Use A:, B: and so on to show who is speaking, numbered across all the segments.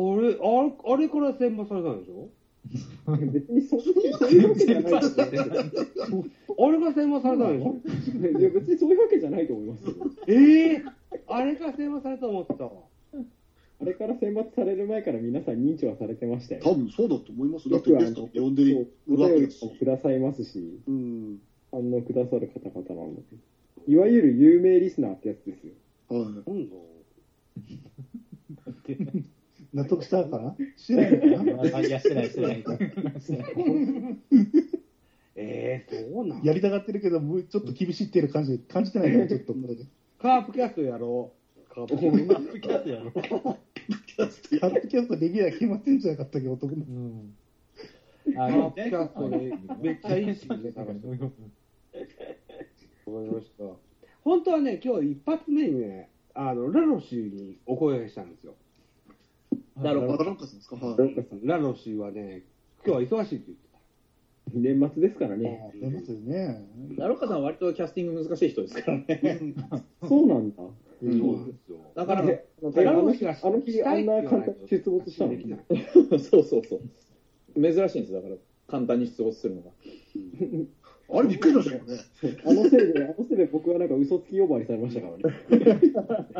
A: あれから選抜されたんでしょ
B: 別にそんなそういうわ
C: 全
B: けじ
C: 然
B: ゃない
C: パス出てない。
A: あれから選抜されたんでしょ
B: いや別にそういうわけじゃないと思いますよ
A: ええあれから選抜されたと思ってたわ。
B: あれから選抜される前から皆さん認知はされてましたよ
D: 多分そうだと思います。だ
B: よ
D: って
B: くあ
D: ゲス
B: の
D: ト呼んでる
B: そう
D: わ
B: お
D: け
B: 便
D: で
B: り
D: すし
B: もくださいますし
D: うん。
B: 反応くださる方々なのでいわゆる有名リスナーってやつですよ
D: はい。
A: なんだ
E: 納得したかなしてないのかな
C: あいや、してない、してない。してない
A: ええそうなん
E: やりたがってるけど、もうちょっと厳しいっていう感じ感じてないから、ちょっと。
A: カープキャストやろう。カープキ
C: マップキャットやろ。
E: カットキャストレギュラー決まってんじゃなかったっけ、男の。
C: うん。
A: ャストでめっちゃいいシーンで探してわかりました。本当はね、今日一発目にね、あの、ラロシーにお声がけしたんですよ。
C: な
D: あ
C: るほど。
D: ランカスですかはい。
B: なんかさ
A: ラロシーはね、今日は忙しいって言って
B: 年末ですからね
E: ありますよね。
F: 奈良岡さんは割とキャスティング難しい人ですからね。
B: そうなんだ
A: た。そうなんですよ。
F: だから、
B: え
A: だから
B: あの
A: 私
B: 日
A: が
B: あの日あんな簡単に出没したの
A: できない。
F: そうそうそう。珍しいんですだから、簡単に出没するのが。
D: あれびっくりしましたよね。
B: あのせいで、あのせいで僕はなんか嘘つき呼ばわりされましたからね。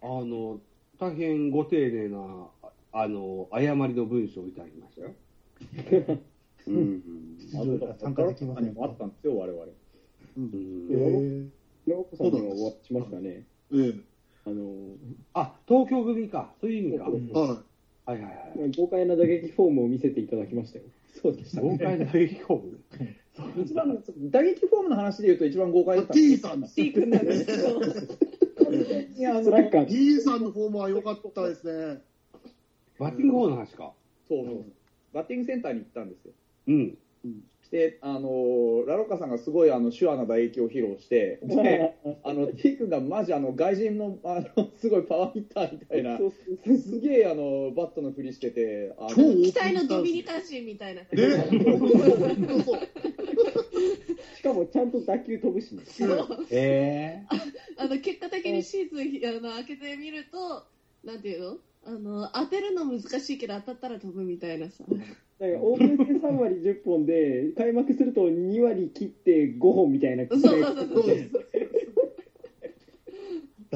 A: あの、大変ご丁寧な、あの、誤りの文章をいただきましたよ。 うん。
E: 非常に参加できません
F: あのあったんですよ、我々。
A: うん
E: えー
B: ロコさんにはお会いしましたね。
D: え
B: あの、
A: あ、東京組か。そういう意味か。
D: え。は
A: はいはいはい。
B: 豪快な打撃フォームを見せていただきましたよ。
F: そうでした、
A: 豪
F: ね。
A: 快な打撃フォーム。
F: 一番の、打撃フォームの話で言うと一番豪快だった。
D: い。T さんです。
F: T 君なんですけど。いや、あ
B: ス
F: の
B: ラッガーに
D: T さんの方も良かったですね。
A: バッティングフォームの話か。
F: そうそうバッティングセンターに行ったんですよ。
A: うん。
F: で、あのラロッカさんがすごいあの手話な打撃を披露して、 であの T 君がマジあの外人のあのすごいパワーヒッターみたいな、すげえあのバットの振りしてて、あの
D: 超大
G: 期
D: き
G: 待のドミニ
D: ね。
G: カ人みたいな。
D: そうそう。
B: しかもちゃんと打球飛ぶし、ね、
C: え
G: あの結果的にシーズンあの開けてみると、なんていうのあの当てるの難しいけど当たったら飛ぶみたいなさ。
B: だからオープン戦3割10本で、開幕すると2割切って5本みたいな。
G: そうそうそうそう。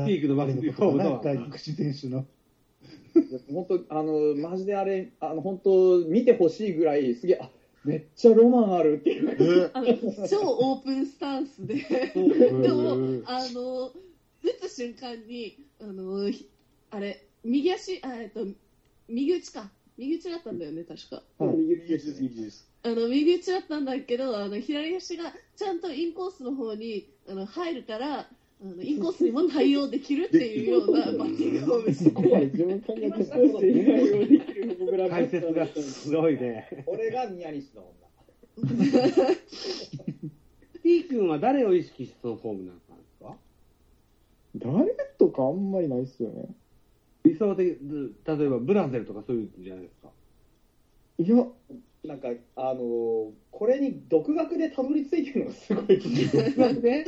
A: ピークのバッティングフォームだわ
E: 外国人選手の。
F: 本当あのマジであれあの本当見てほしいぐらいすげえあめっちゃロマンあるっていう
D: ええ。
G: あの超オープンスタンスで、でもあの打つ瞬間にあのひあれ右足あえっと右打ちか右打ちだったんだよね確か。
B: 右
D: 右です、右です。
G: あの右打ちだったんだけどあの左足がちゃんとインコースの方にあの入るからあのインコースにも対応できるっていうようなバッティングを見せて
B: ここまで自分考えてそうしていないようできる僕ら
A: 解説がすごいね。
F: 俺がニヤニシの女
A: T 君は誰を意識してそのフォームになったんですか
H: 誰とかあんまりないっすよね。
A: 理想的、ず例えばブラゼルとかそういうんじゃないですか。
H: いや、
F: なんかあのこれに独学でたどり着いてるのがすごい
A: なんで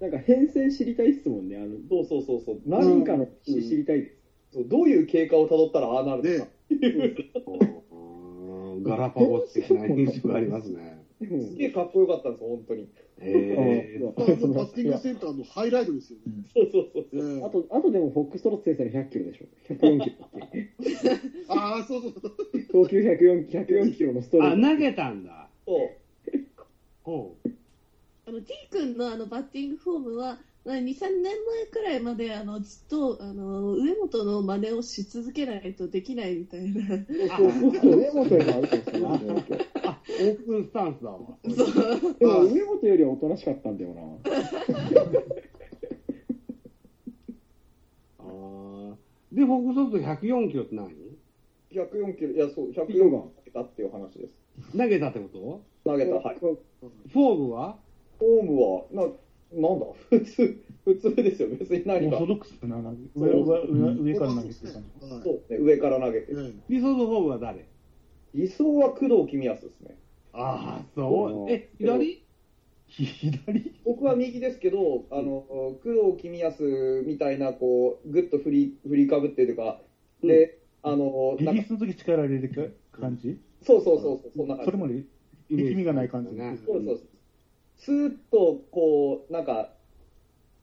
B: なんか変遷知りたいっすもんね。あの、
F: そうそうそうそう
B: 何かの知りたいです。
F: そうどういう経過をたどったらああなるのか
D: ね
A: ガラパゴス的な印象があります ね。
B: でも
F: すげえかっこよかったんですよ本当に
A: へー
D: あのバッティングセンターのハイライトですよね。
F: そうそうそう
D: ええ
B: あと、あとでもフォックストロッツ先生の100キロでしょ。104キロ。
D: ああ、そうそうそう。
B: 投球104 104キロのストレー
A: あ、
B: ト。
A: 投げたんだ。
F: そう
A: ほう。
G: あの T 君のあのバッティングフォームは23年前くらいまであのずっとあの上本の真似をし続けないとできないみたいな
H: そうそうそう、上本にもあるかもしれないですね。
A: あ、オープンスタンスだわ。
B: でも上本よりはおとなしかったんだよな。
A: あーで、フォークソフト104キロって何
F: 104キロいやそう104キ
B: ロが
F: ロ投げたっていう話です
A: 投げたってこと
F: 投げたはい
A: フォームは
F: フォームはななんだ普通普通ですよ別に何
E: オー
F: か
E: ソドックスな投げ。上上上上から投げてたの。
D: は
F: そうね、上から投げて
D: い。。ね
A: 理想のフォームは誰
F: 理想は工藤公康ですね。
A: ああ、そう。え、左
E: 左
F: 僕は右ですけど、あの、工藤公康みたいな、こう、ぐっと振り、振りかぶってとか、で、あの、
E: リ
F: な
E: リ
F: ん
E: ー
F: か
E: スの時力入れてく感じ
F: そうそうそうそう、そんな感
E: そ
F: じ
E: れ。まで力みがない感じ。
A: ね
F: そうですそうです。スーッと、こう、なんか、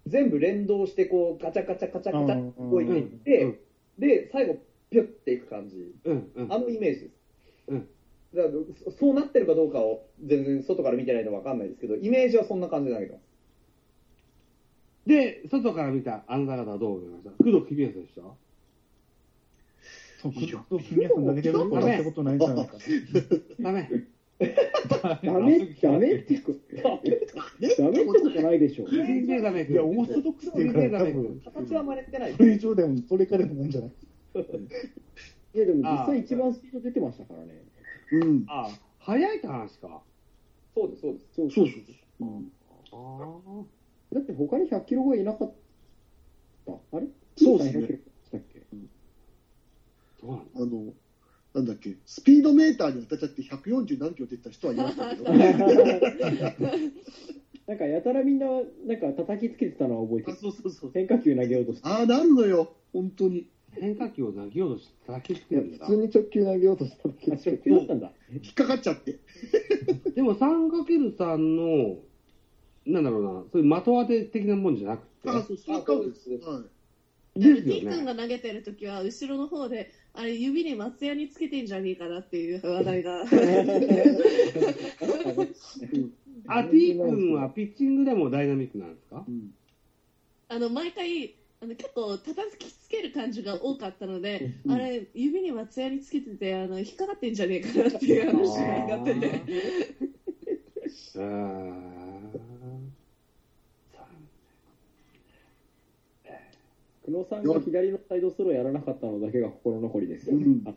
F: 全部連動して、こう、ガチャガチャガチャガチャこういって、
A: うん
F: で、最後、ピュッていく感じ。
A: うんうん
F: あのイメージです。
A: うん
F: だからそそうなってるかどうかを全然外から見てないとわかんないですけど、イメージはそんな感じだけど。
A: で、外から見たあなた方はどう思いました工藤公康でした
E: そう、クドキミヤさんだけでもやったことないんじゃないかな。
A: ダメ。
B: ダメ、ダメってこダメってことないでしょ。
A: 全然ダメ。
E: いや、オーソドックスっていうから、多分、
F: 形は真似てない。
E: それ以上でも、それ以下でもないんじゃない
B: いや、でも実際一番スピード出てましたからね。
E: うん。
A: ああ、早いって話か。
F: そうです、そうです。
B: そう
D: そうそう
A: ああ。
B: だって他に100キロ超えいなかった。あれ
D: そうですね
B: 100キロでしたっけ
A: そうなんだ。
D: あの、なんだっけ、スピードメーターに当たっちゃって140何キロ出た人はいましたけど、
B: なんかやたらみんな、なんか叩きつけてたのは覚えて
D: あ
B: る。
D: そうそうそう。
B: 変化球投げようとして。
D: ああ、なるのよ、本当に。
A: 変化球を投げようとしただけして
H: いや
A: るんだ
H: 普。通に直球投げようとしただけ
B: あ、
H: で
B: 初球だったんだ。
D: 引っかかっちゃって。
A: でも 3×3 の、なんだろうな、そういう的当て的なもんじゃなくて。
D: ああ、そう、そういう顔です。はい。
A: です
G: ティ
A: よ
G: 君
A: ね。
G: が投げてる時は後ろの方であれ指に松屋につけてんじゃねえかなっていう話題が
A: あ、ティ君はピッチングでもダイナミックなんですか
D: うん
G: あの毎回あの結構叩きつける感じが多かったので、あれ指に松屋につけててあの引っかかってんじゃねえかなっていう話になってて
A: あーさ
B: 久野さんが左のサイドスローやらなかったのだけが心残りですよ。
D: うん
B: あ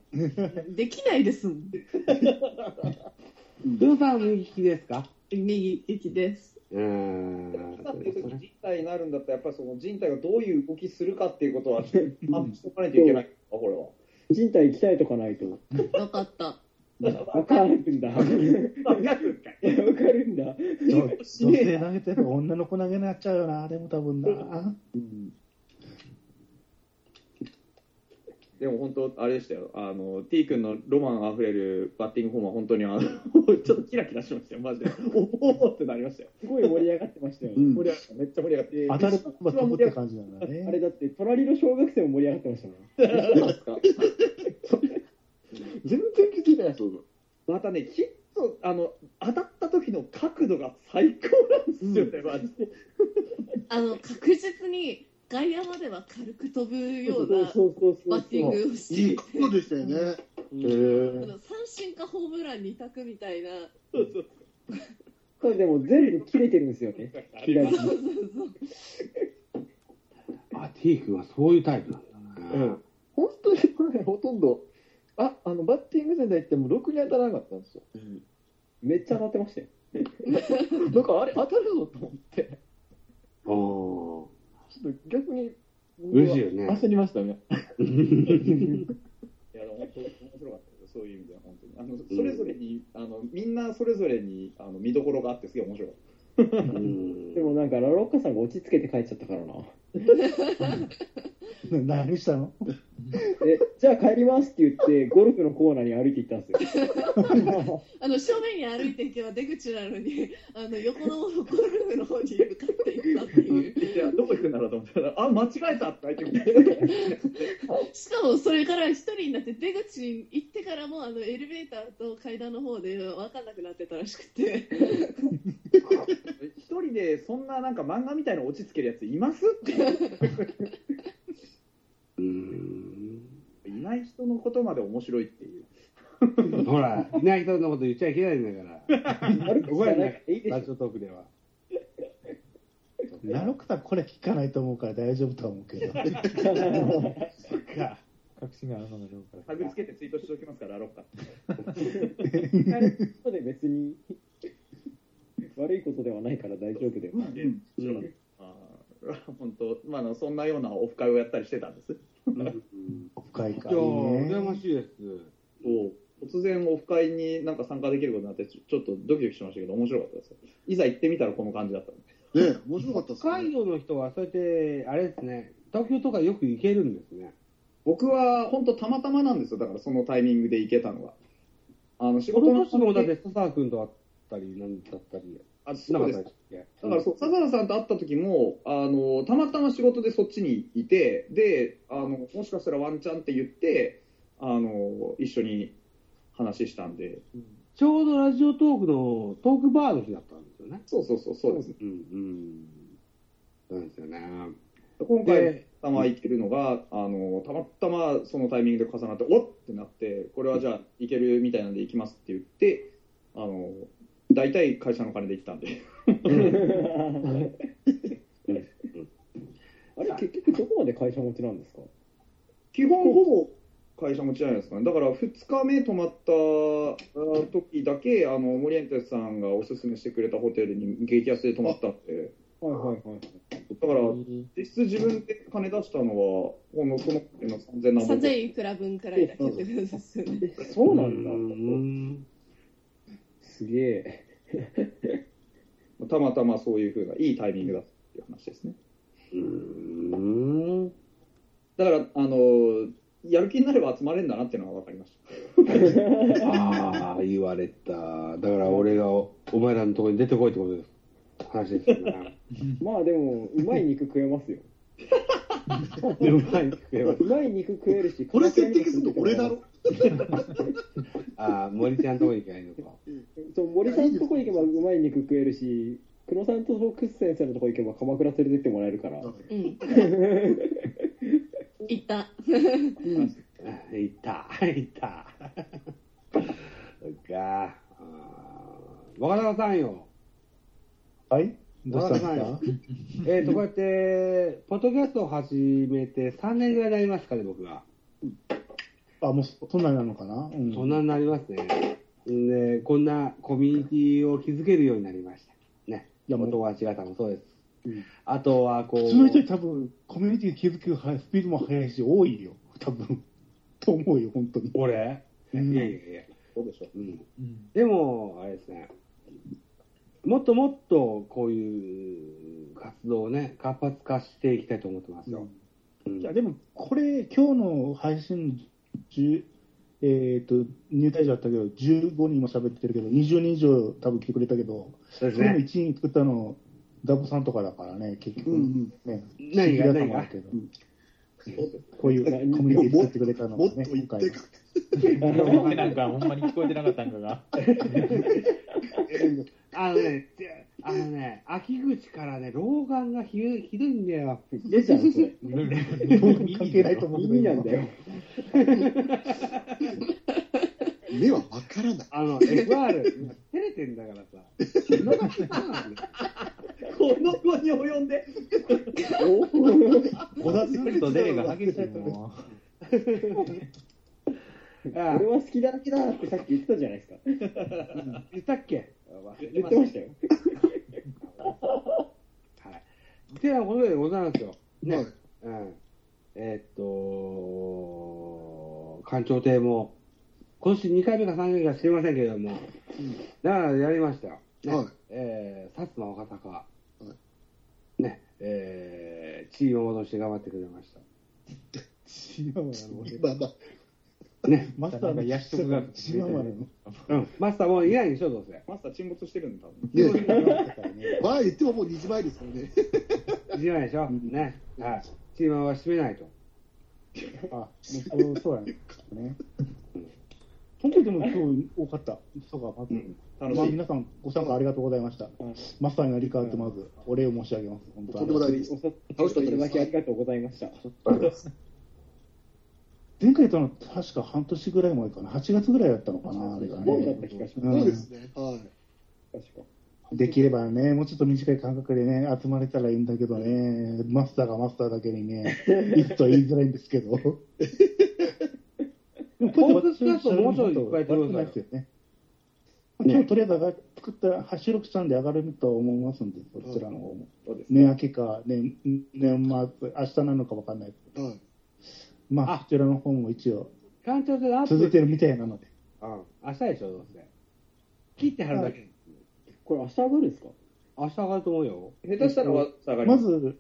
G: できないですもん
A: あ黒さん右利きですか
G: 右行きです
A: うーん。
F: だって時人体になるんだったら、やっぱりその人体がどういう動きするかっていうことは、把握しておかないといけない。あ、これは。
B: 人体鍛えとかないと。
G: 分かった
B: わかる んだ。わかるんだ。
E: 女性投げてる女の子投げなっちゃうよな、でも多分な。
F: でも本当、あれでしたよ。あの、T 君のロマンあふれるバッティングフォームは本当に、あの、 ちょっとキラキラしましたよ、マジで。お おってなりましたよ。
B: すごい盛り上がってましたよ。
D: うん
F: 盛り上がっためっちゃ盛り上がって。
E: 当たるとば飛ぶって感じなんだ
B: あれ
E: ね。
B: だって、隣の小学生も盛り上がってましたもん。
F: 全然気づいてないまたね、きっと、あの、当たった時の角度が最高なんですよね、マジで。
G: あの確実に外野までは軽く飛ぶような
B: そうそうそ
G: バッ
B: う
G: ティン
B: そう。
G: グをして
D: いい顔でしたよね。
G: あの三振かホームラン2択みたいな
B: これでも全部切れてるんですよね。左に。
G: そうそうそう
A: あ、ティ君はそういうタイプなんだね。
H: うん本当にこれ、ほとんど、あ、あの、バッティング全体ってもうろくに当たらなかったんですよ。
B: めっちゃ当たってましたよ。
H: だから、あれ、当たるぞと思って、
A: お
H: ちょっと逆に、
A: 嬉しいよね
H: 焦りましたね。
F: いや、でも本当面白かったですよ、そういう意味では、本当に。あの、それぞれに、あの、みんなそれぞれに、あの、見どころがあって、すげえ面白かっ
A: ーうん
B: でもなんか、ラロッカさんが落ち着けて帰っちゃったからな。
E: 何したの
B: え、じゃあ帰りますって言って、ゴルフのコーナーに歩いて行ったんですよ。
G: あの正面に歩いていけば出口なのに、あの横のゴルフの方に向かっていったっていう、
F: た。いや、どこ行くんだろうと思ったら、あ、間違えたって相手が。
G: しかもそれから一人になって、出口に行ってからもあのエレベーターと階段の方で分かんなくなってたらしくて、
F: 一人で、そんななんか漫画みたいなの落ち着けるやついますって。
A: うーん
F: いない人のことまで面白いっていう。
A: ほら、いない人のこと言っちゃいけないんだから。
B: 歩くし
A: ご
B: か
A: めん
B: ない
A: ね。
B: いいでし
A: ラ
B: ょ。
A: ジオトークでは。
E: ナロクさん、これ聞かないと思うから大丈夫とは思うけど。確信があるのだろうか
F: タグつけてツイートしておきますから、ロッカ。
B: なので別に、悪いことではないから大丈夫だよ。
F: ああ、本当、まああの、そんなようなオフ会をやったりしてたんです。
A: うん
E: ら。深い
A: い
E: か
A: やー、羨ま
E: ね。
A: しいです。
F: おお、突然オフ会になんか参加できることになってちょちょっとドキドキしましたけど面白かったですいざ行ってみたらこの感じだったんで
D: ね面白かったです
A: 北海
D: ね。
A: 道の人はそうやって、あれですね、東京とかよく行けるんですね。
F: 僕は本当たまたまなんですよだからそのタイミングで行けたのはあの仕
A: こ
F: 事
A: の
F: の
A: 年もだって、笹君と会ったり、なんだったり、
F: あそ
A: な
F: う
A: かっ
F: で
A: た
F: す
A: ですっけ
F: だからそう、笹原さんと会った時も、あの、たまたま仕事でそっちにいて、で、あの、もしかしたらワンチャンって言って、あの、一緒に話したんで、
A: ちょうどラジオトークのトークバーの日だったんですよね。
F: そうそうそう、そうですね。
A: うんうん。そうですよね。
F: 今回、
A: で、
F: たまたま行けるのが、あの、たまたまそのタイミングで重なって、おっってなって、これはじゃあ行けるみたいなんで行きますって言って、あの、大体会社の金で行ったんで。
B: あれ、結局どこまで会社持ちなんですか
F: 基本ほぼ会社持ちじゃないですかね。だから2日目泊まったあ時だけ、あの、森エンテスさんがおすすめしてくれたホテルに激安で泊まったって。
B: はいはいはい。
F: だから、実質自分で金出したのは、この、このホテルの3000何本
G: 3000いくら分くらいだけってことですよね。
B: え、そうなんだ。
A: ん
B: すげえ。
F: たまたまそういうふうな、いいタイミングだったっていう話ですね。
A: うーん。
F: だから、あの、やる気になれば集まれるんだなっていうのは分かりました。
A: ああ、言われた。だから俺がおお前らのところに出てこいってことです。話ですよね。
B: まあでも、うまい肉食えます よ。
A: でうまいって言えば
B: うまい肉食えるし、
D: これ設定するの俺だろ。
A: ああ、森ちゃんのところに行けばいいのか。
B: そう森さんのとこ行けばうまい肉食えるし、久野さんとフォックス先生のとこ行けば鎌倉連れてってもらえるから、
G: うん。行った。
A: いた、いた。そっか。あー若田さんよ。
E: はいどうしたんです
A: わ
E: か
A: かえー、と、こうやって、ポッドキャストを始めて3年ぐらいになりますかね、僕が。
E: あ、もうそそんなになるのかなうん
A: そんなになりますね。んで、こんなコミュニティを築けるようになりました。ね。
E: いやも
A: お
E: う
A: 友達方もそうです。あとは、こう。
E: 普通の人に多分、コミュニティ気づくはスピードも速いし、多いよ。多分。 と思うよ、本当に。
A: 俺いや
E: ん
A: いやいや。
F: そうでしょう。
A: うん
C: うん
A: でも、あれですね、もっともっとこういう活動をね、活発化していきたいと思ってますよ。うん
E: いや、でも、これ、今日の配信、10えっ、と、入退場あったけど、15人も喋ってるけど、20人以上多分来てくれたけど、
A: そうです
E: それの
A: ね。
E: 1位作ったの、ダボさんとかだからね、結局、
D: うんうん
E: ね、
A: 何が
E: 不思議な感もあるけどこういうコミュニティ作ってくれたの
D: もっ
E: が
D: と
E: ね、
D: 言ってか。
C: なんかなんかほんまに聞こえてなかったんかが。
A: あのね、てあのね、秋口からね、老眼がひどいひどいんだよ。
B: 出ちゃうそれ。
E: 関係ないと思うけど
B: 耳なんだよ。
D: 目はわからない。
A: あの、FR、照れてんだから さ。
F: この場に及んで、
C: 小田君とデレが激しい もん。
A: あ
B: 俺は好きだらけだってさっき言ってたじゃないですか。
A: 言ったっけ
B: 言ってましたよ。
A: はい。てなことでございますよ。ね。
D: はい
A: うん。えーっと、官庁艇も、今年2回目か3回目か知りませんけれども、だからやりましたよ。ね
D: はい
A: えー薩摩若隆は、
D: い
A: ね、えー、地位を戻して頑張ってくれました。
E: 違うわよ俺
D: まあまあ、
E: マスターの役職が違うわよ
A: うん。マスターもういないでしょ、どうせ。
F: マスター沈没してるんだ、多分。
D: ね、まあ言ってももう2時前ですからね。
A: いじらないでしょ。ね。はい。チームは閉めないと。
E: あ、そうそうやね。本当にでも今日多かった。そうか、まず。
F: 楽
E: まあ
F: しい。
E: 皆さんご参加ありがとうございました。マスターになりかわってまずお礼を申し上げます。本当
D: とんでもないです。
B: お誘
D: 楽しかっ
B: い
D: た
B: ただきあり
D: で
B: がとうございました。
E: 前回との確か半年ぐらい前かな、8月ぐらいだったのかな、あれが
B: そうだっ
E: ね。
B: た気がし
E: う
B: ま
D: す。
E: ん
D: そうですね。はい。
B: す。確か。
E: できればね、もうちょっと短い間隔でね、集まれたらいいんだけどね、マスターがマスターだけにね、いつとは言いづらいんですけど。でもこうやって私が喋るのと悪くないですよね。今日とりあえず上が作った、発録したんで上がると思いますんで、こちらの方も。
F: そうですね。
E: 年明けか、年、年末、明日なのかわかんないけど。
D: はい。
E: まあ、
A: あ
E: こちらの方も一応
A: 官庁艇のアップ
E: 続いてるみたいなので。
A: うん。明日でしょ、どうせ。切って貼るだけ。
B: これ明日上がるんですか
A: 明日上がると思うよ。
F: 下手したらわ下がり
E: ま
F: ます。
E: ず、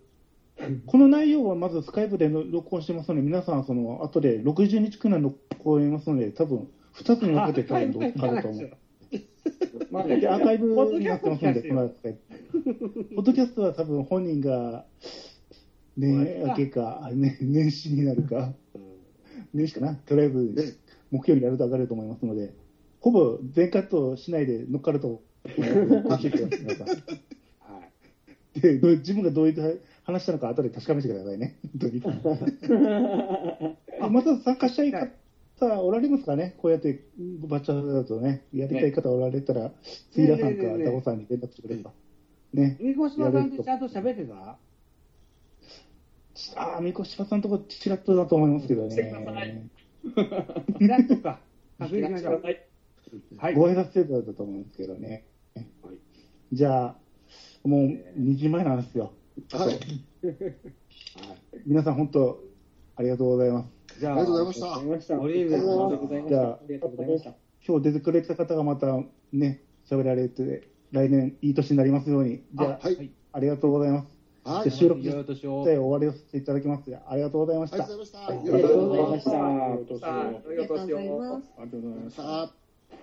E: この内容はまずスカイプで録音してますので、皆さん、その後で60日くらい録音しますので、多分2つに分けて多分
A: あ
E: あると思う。
F: まあね
E: でアーカイブになってますので、この扱い。ポッドキャストは多分本人が年明けか、ね年始になるか、年始かな、とりあえず目標にやると上がると思いますので、ほぼ全カットしないで乗っかると思う。ご注意ください皆さん
A: はい。
E: で、どう自分がどういう話したのか、後で確かめてくださいね、本 当に。また参加したい方、おられますかね、こうやってバッチャーだとね、やりたい方おられたら、スイラさんか
A: ねえねえねえねえ
E: ダボさんに連絡してくれれば。ね、
A: 三越島さんってちゃんと喋ってた
E: ああ、みこしばさんとこ、ちらっとだと思いますけど
F: してくださ
E: ね。
A: イラッとか。確認しましょう。はい。
E: ご挨拶程度だと思うんですけどね。
A: はい
E: じゃあ、もう2時前なんですよ。
D: はい。
E: 皆さん、本当、ありがとうございます。
A: じゃ
D: あ
A: あ、
D: りがとうござい
A: ま
D: ました。
B: ました。
A: 森江
B: ありが
A: 口さん
B: とうございまし
E: じゃ
B: た。
E: あ
B: ありがとうございました。
E: 今日出てくれた方がまたね、喋られて、来年いい年になりますように。じゃあ、
D: あはい。
E: ありがとうございます。
D: はい。あ
E: じ
D: り
E: ゃあ収録
C: いろいろとしよう
E: で終わりをさせていただきます。ありがとうございまし
D: がと
E: た
D: うご。ざいました。
B: あり
D: よろ
B: が
D: しく
B: と
D: お
B: うござい
D: 願い
B: ま
D: し
B: した。
F: さあ、あ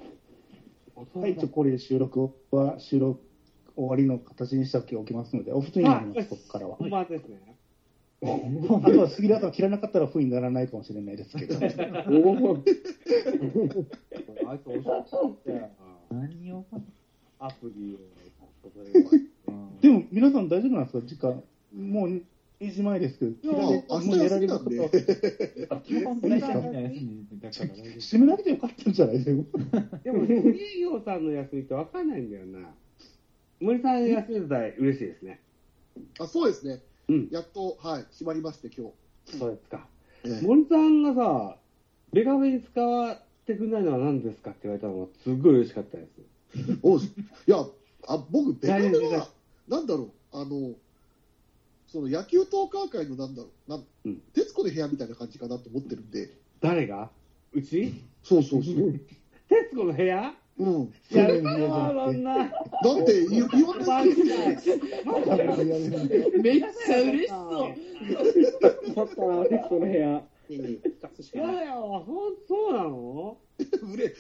F: りが とう
C: ありがとうございま。
D: ますした。
F: ございます。
E: はい、一応これで収録は収録終わりの形にしたわけおきますので、お布になります、ここからは。
A: 本番ですね。
E: あとは杉田さん切らなかったら不にならないかもしれないですけど。
A: あいつ、おしゃれだよな
C: 何を
A: アプリを。これは
E: でも皆さん大丈夫なんですか時間。もう2時前ですけど、
D: や明日
E: もう寝られるこ
D: 明
E: と
D: 日
C: あ、基本大丈夫ですだから大丈
E: 締められてよかったんじゃないでも。
A: でも、企業さんの休みってわかんないんだよな。森さん休みだったら嬉しいですね。
D: あ、そうですね
A: うん。
D: やっと、はい、決まりまして、今日。
A: そうですか。
D: ええ
A: 森さんがさ、ベガフェに使ってくれないのは何ですかって言われたのがすっごい嬉しかったです。
D: おういや、あ僕、ベタで
A: 大丈夫大
D: は、なんだろう、あの、その野球トーカー界のなんだろう、なん
A: うん
D: 徹子の部屋みたいな感じかなと思ってるんで、
A: 誰がうち
D: そうそうそう。
A: 徹子の部屋
D: うん、
A: やるなそんな。
D: だって、言言わ
A: マ
D: ない
A: ジ
D: ですよ
A: で。
G: めっちゃ嬉しそう。
B: 勝ったな、テストの部屋。
A: やだよ、ほんそうなの
D: うれ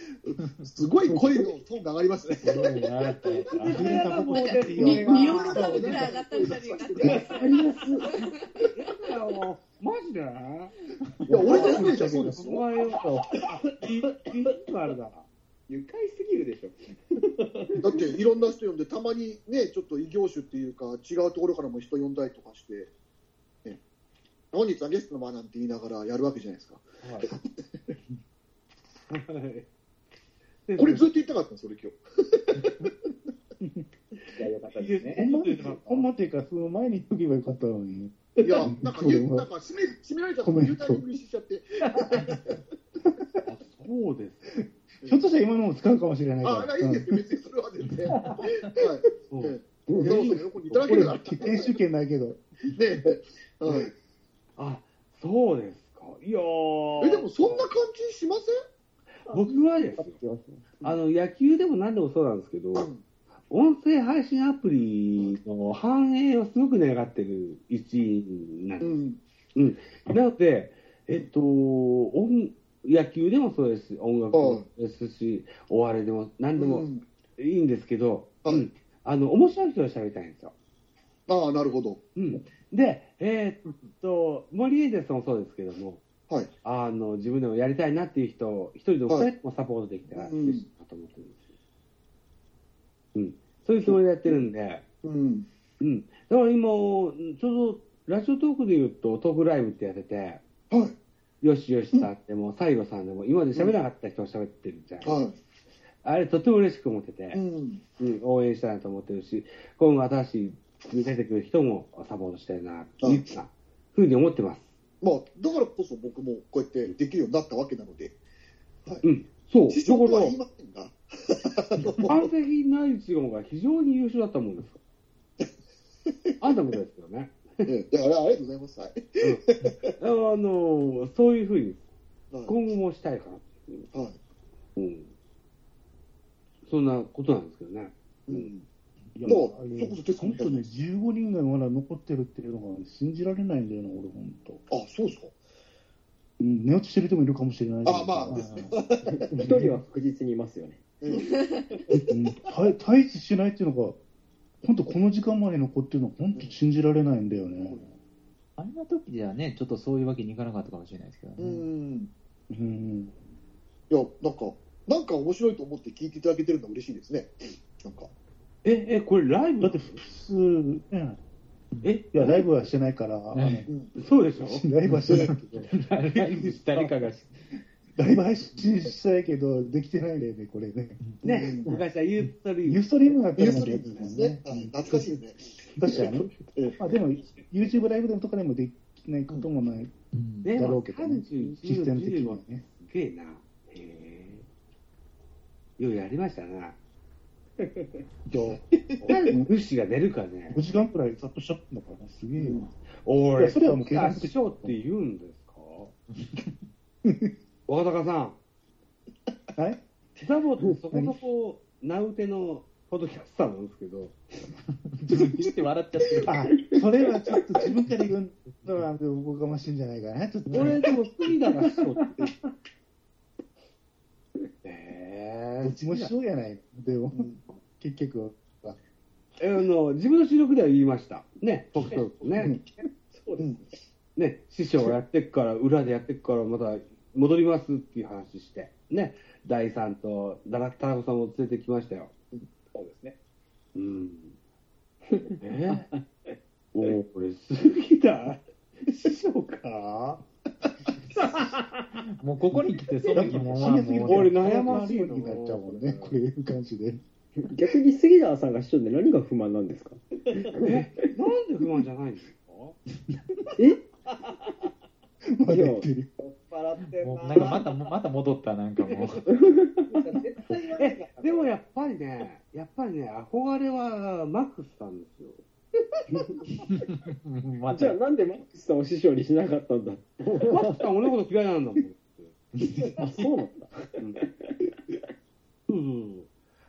D: すごい声のトーンが上がりましたね。
C: 夫。すごいなって。
A: 絶対やだもう徹子
G: み、
A: の部
G: 見
A: 屋
G: 下ろされくらい上がったんじゃねえかって。
A: やだよマジで
D: いや、俺ですね、じゃあそうです。
A: お前よ、いいつあれだ。
F: 愉快すぎるでしょ。
D: だって、いろんな人呼んで、たまにね、ちょっと異業種っていうか、違うところからも人呼んだりとかして、ね本日はゲストの場なんて言いながらやるわけじゃないですか。
A: はい
D: これずっと言いたかったの、それ今日。
F: いや、よかったです
E: ほ
F: ね。
E: んま、ほんまっていうか、その前に言っとけばよかったのに。
D: いや、なんか、言うなんか締め、締められちゃった、
E: コメン
D: 言
E: ト
D: うタイミングにしちゃって、
A: そうです。
E: ひょっとしたら今のも使うかもしれないから。
D: ああ、いいんですよ、別にそれは全 然。はい。
A: そう
D: ええ山本さんの横にいただけるならね
E: 研修権ないけど。
D: え。 はい
A: あ、そうですか。いやー
D: え、でも、そんな感じしませ
A: 僕はですよ。あの、野球でも何でもそうなんですけど、
D: ん
A: 音声配信アプリの反映をすごく願ってる一員なんです
D: ん。
A: なので、えっと、音野球でもそうですし、音楽でもそうですし、お笑いでも何で
D: う
A: も
D: ん
A: いいんですけど、
D: はい
A: うんあの面白い人と喋りたいんですよ。
D: ああ、なるほど。
A: うん、で、えーっと、森エンゼルスもそうですけども、
D: はい
A: あの、自分でもやりたいなっていう人を、一人でも
D: は
A: 二
D: い
A: 人もサポートできたら
D: う
A: 嬉
D: ん
A: しいなと思ってるんですよ、うん、そういうつもりでやってるんで、
D: うん。
A: うん、だから今、ちょうどラジオトークで言うと、トークライブってやってて、
D: はい。
A: よしよしさんでも、西郷さんでも、今まで喋らなかった人を喋ってるじゃん。
D: は
A: あれ、とても嬉しく思って
D: い。う
A: て、
D: ん。
A: うん応援したいなと思ってるし、今後新しい出てくる人もサポートしたいな、というふうに思ってます。
D: まあ、だからこそ僕もこうやってできるようになったわけなので、
A: そう、
D: 師匠とは言い
A: だ
D: ませんが、
A: から、安全ない一号が非常に優秀だったもん ですよ。あんたもそうですよね。
D: ええいやあれありがとうございます。はい。
A: あの、そういうふうに
D: はい
A: 今後もしたいかな。
D: はい
A: うん。そんなことなんですけどね。
D: うん。
E: いや
D: もう
E: あれ
D: そこそこ
E: 本当ね、15人がまだ残ってるっていうのが信じられないんだよな、俺、本当。
D: あ、そうですか。
E: うん、寝落ちしてる人もいるかもしれない
D: あまあです
E: ね。
B: 一人は確実にいますよね。
E: うん退退治しないっていうのが、本当この時間まで残ってるのは本当信じられないんだよね。
C: あれの時ではね、ちょっとそういうわけにいかなかったかもしれないですけど
D: う
C: ね。
D: ん。
E: うん。
D: いや、なんか、なんか面白いと思って聞いていただけてるのは嬉しいですね。なんか。
A: え、え、これライブ
E: だって普通、ね、
A: え、
E: いや、ライブはしてないから、あの
C: ね
A: そう でしょ
E: ライブはしてないけど、
C: 誰かが、
E: ライブ配信したいけど、できてないんだよね、これね。
A: ね、昔はユーストリー
E: ユ
A: ム
E: ー。ストリームがあった
D: ニュー
E: ら
D: ス
E: まだ
D: リー
E: やつ
D: ム
E: も
D: で
E: ん
D: す
E: ね
D: ね。。あ懐かしいです
E: 確かにね。
D: ね。
E: まあでも、YouTube ライブでもとかでもできないこともない
C: うん
A: ね
E: だろうけどね、
A: 31
E: 実践的には
A: 15
E: ね。
A: すげえな。へえ。ようやりました な。
E: じゃあ、
A: 物資が出るか ね。
E: 5時間くらいずっとしちゃったんだから、すげえよ。
A: おい
E: いやそれはもう計算
A: しようって言うんですか 若隆さん、
E: はい
A: ザボってそこそこ、名うてのポッドキャスターなんですけど、
C: 自分言って笑っちゃってる。
E: あ、それはちょっと自分から言うのはおこがましいんじゃないかな、ちょっとね。
A: 俺でも好きだな、そうって。 え
E: どっちもしようやない。でも、結局は。
A: えあの自分の収録では言いました。ね、僕とね。
B: そうですね。
A: ね、師匠がやってくから、裏でやってくから、また戻りますっていう話して、ね、大さんと、だら田中さんも連れてきましたよ。
B: そうですね。
A: うん。 えおお、これ、好きだ。師匠か。
C: もうここに来て、その時も
E: なんかもう
C: もう
A: 俺悩ましいの
E: になっちゃうもんね、こういう感じで。
B: 逆に杉田さんが市長で何が不満なんですか
A: え、なんで不満じゃないんですか
E: まだ言ってる。
F: 笑って
C: もうなんかまた、また戻った、なんかもう。
F: 絶対言わなか
A: え
F: った、
A: でもやっぱりね、やっぱりね、憧れはマックスさんですよ。
C: ま
B: じ
C: た
B: ゃあ、なんでマックスさんを師匠にしなかったんだ
A: マックスさん俺のこと嫌いなんだもん。
B: あ、そうなんだ。
A: うんうん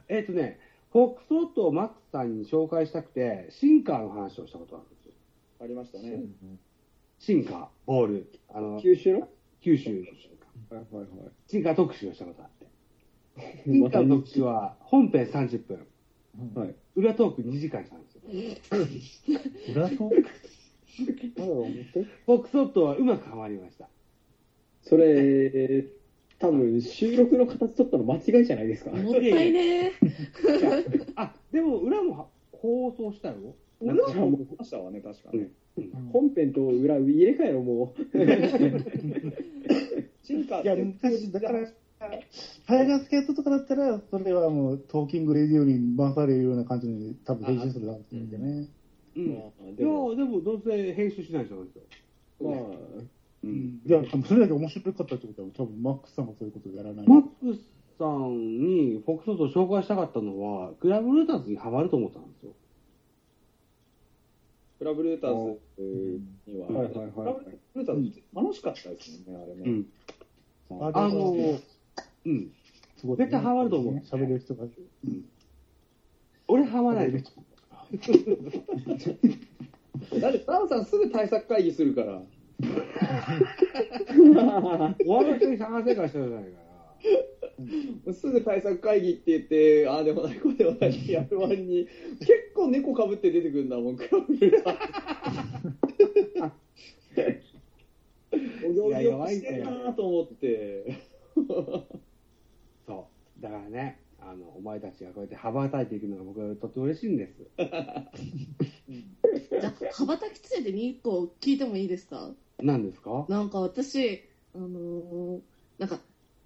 A: えっ、とね、フォックスオットをマックスさんに紹介したくて、シンカーの話をしたことなんですよ。
F: ありましたね。
A: シンカー、ボール、あの
B: 九州のは
A: 九州のシンカー。
B: いはいはい。
A: シンカー特集をしたことあって。シン
B: ま
A: カ
B: た
A: ーの特集は本編30分、
B: はい
A: 裏トーク2時間したんですよ。
C: 裏ト
A: フォックスオットはうまくハマりました。
B: それ、多分収録の形取ったの間違いじゃないですか。
G: もったいねー。
A: あ、でも裏もは放送したよ。
F: なんかましたわね、確かね。
B: 本編と裏入れ替えろ、もう。
F: 進化っ
E: いや、
F: て、
E: 昔、だから、タイガースケートとかだったら、それはもう、トーキングレディオに回されるような感じで、多分、編集するだろうけどね。
A: うん。いや、で
B: でも、
A: もどうせ編集しない人なんですよ。
B: まあ、
A: う
E: うん。いや、でもそれだけ面白かったってことは、多分、マックスさんがそういうことをやらない。
A: マックスさんにフォックスオートを紹介したかったのは、クラブルーターズにハマると思ったんですよ。
F: クラブルーターズには、
B: はいはいはい
F: クラブルーターズって楽しかったですもんね、あれね。
A: うん
E: あ
A: あの、うん。
E: すごい
A: 絶対ハマると思う
E: 喋れる人が。
A: 俺ハマない で。
F: だって、ダンさんすぐ対策会議するから。
A: お笑い人に探せからしたじゃないか
F: すぐ対策会議って言って、ああでもない、こうでもないってやる割に、結構猫かぶって出てくるんだもん、クラブルーター。お行儀よくしてんなと思って。
A: な。そう。だからね、あの、お前たちがこうやって羽ばたいていくのが僕はとっても嬉しいんです。
G: じゃあ、羽ばたきついてに一個聞いてもいいですか
A: なんですか
G: なんか私、あのーなんか、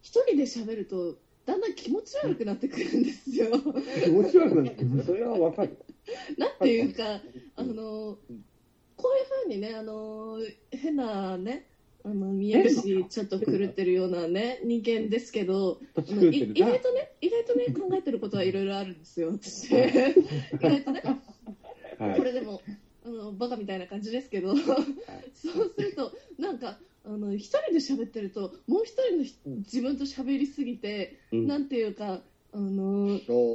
G: 一人で喋ると、だんだん気持ち悪くなってくるんですよ。
A: 気持ち悪くなって
B: それはわかる。
G: なんていうか、あのーこういうふうにね、あのー変なね、あの、見えるし、ちょっと狂ってるようなね、人間ですけど、
A: 途中
G: い
A: って
G: 意
A: るな
G: 外。とね、意外とね、考えてることはいろいろあるんですよ、私。意外とね、
A: は
G: こ
A: い。
G: れでも、あのバカみたいな感じですけど、そうすると、なんか、あの一人で喋ってると、もう一人のひ自分と喋りすぎて、
A: うん
G: なんていうか、ああの
D: お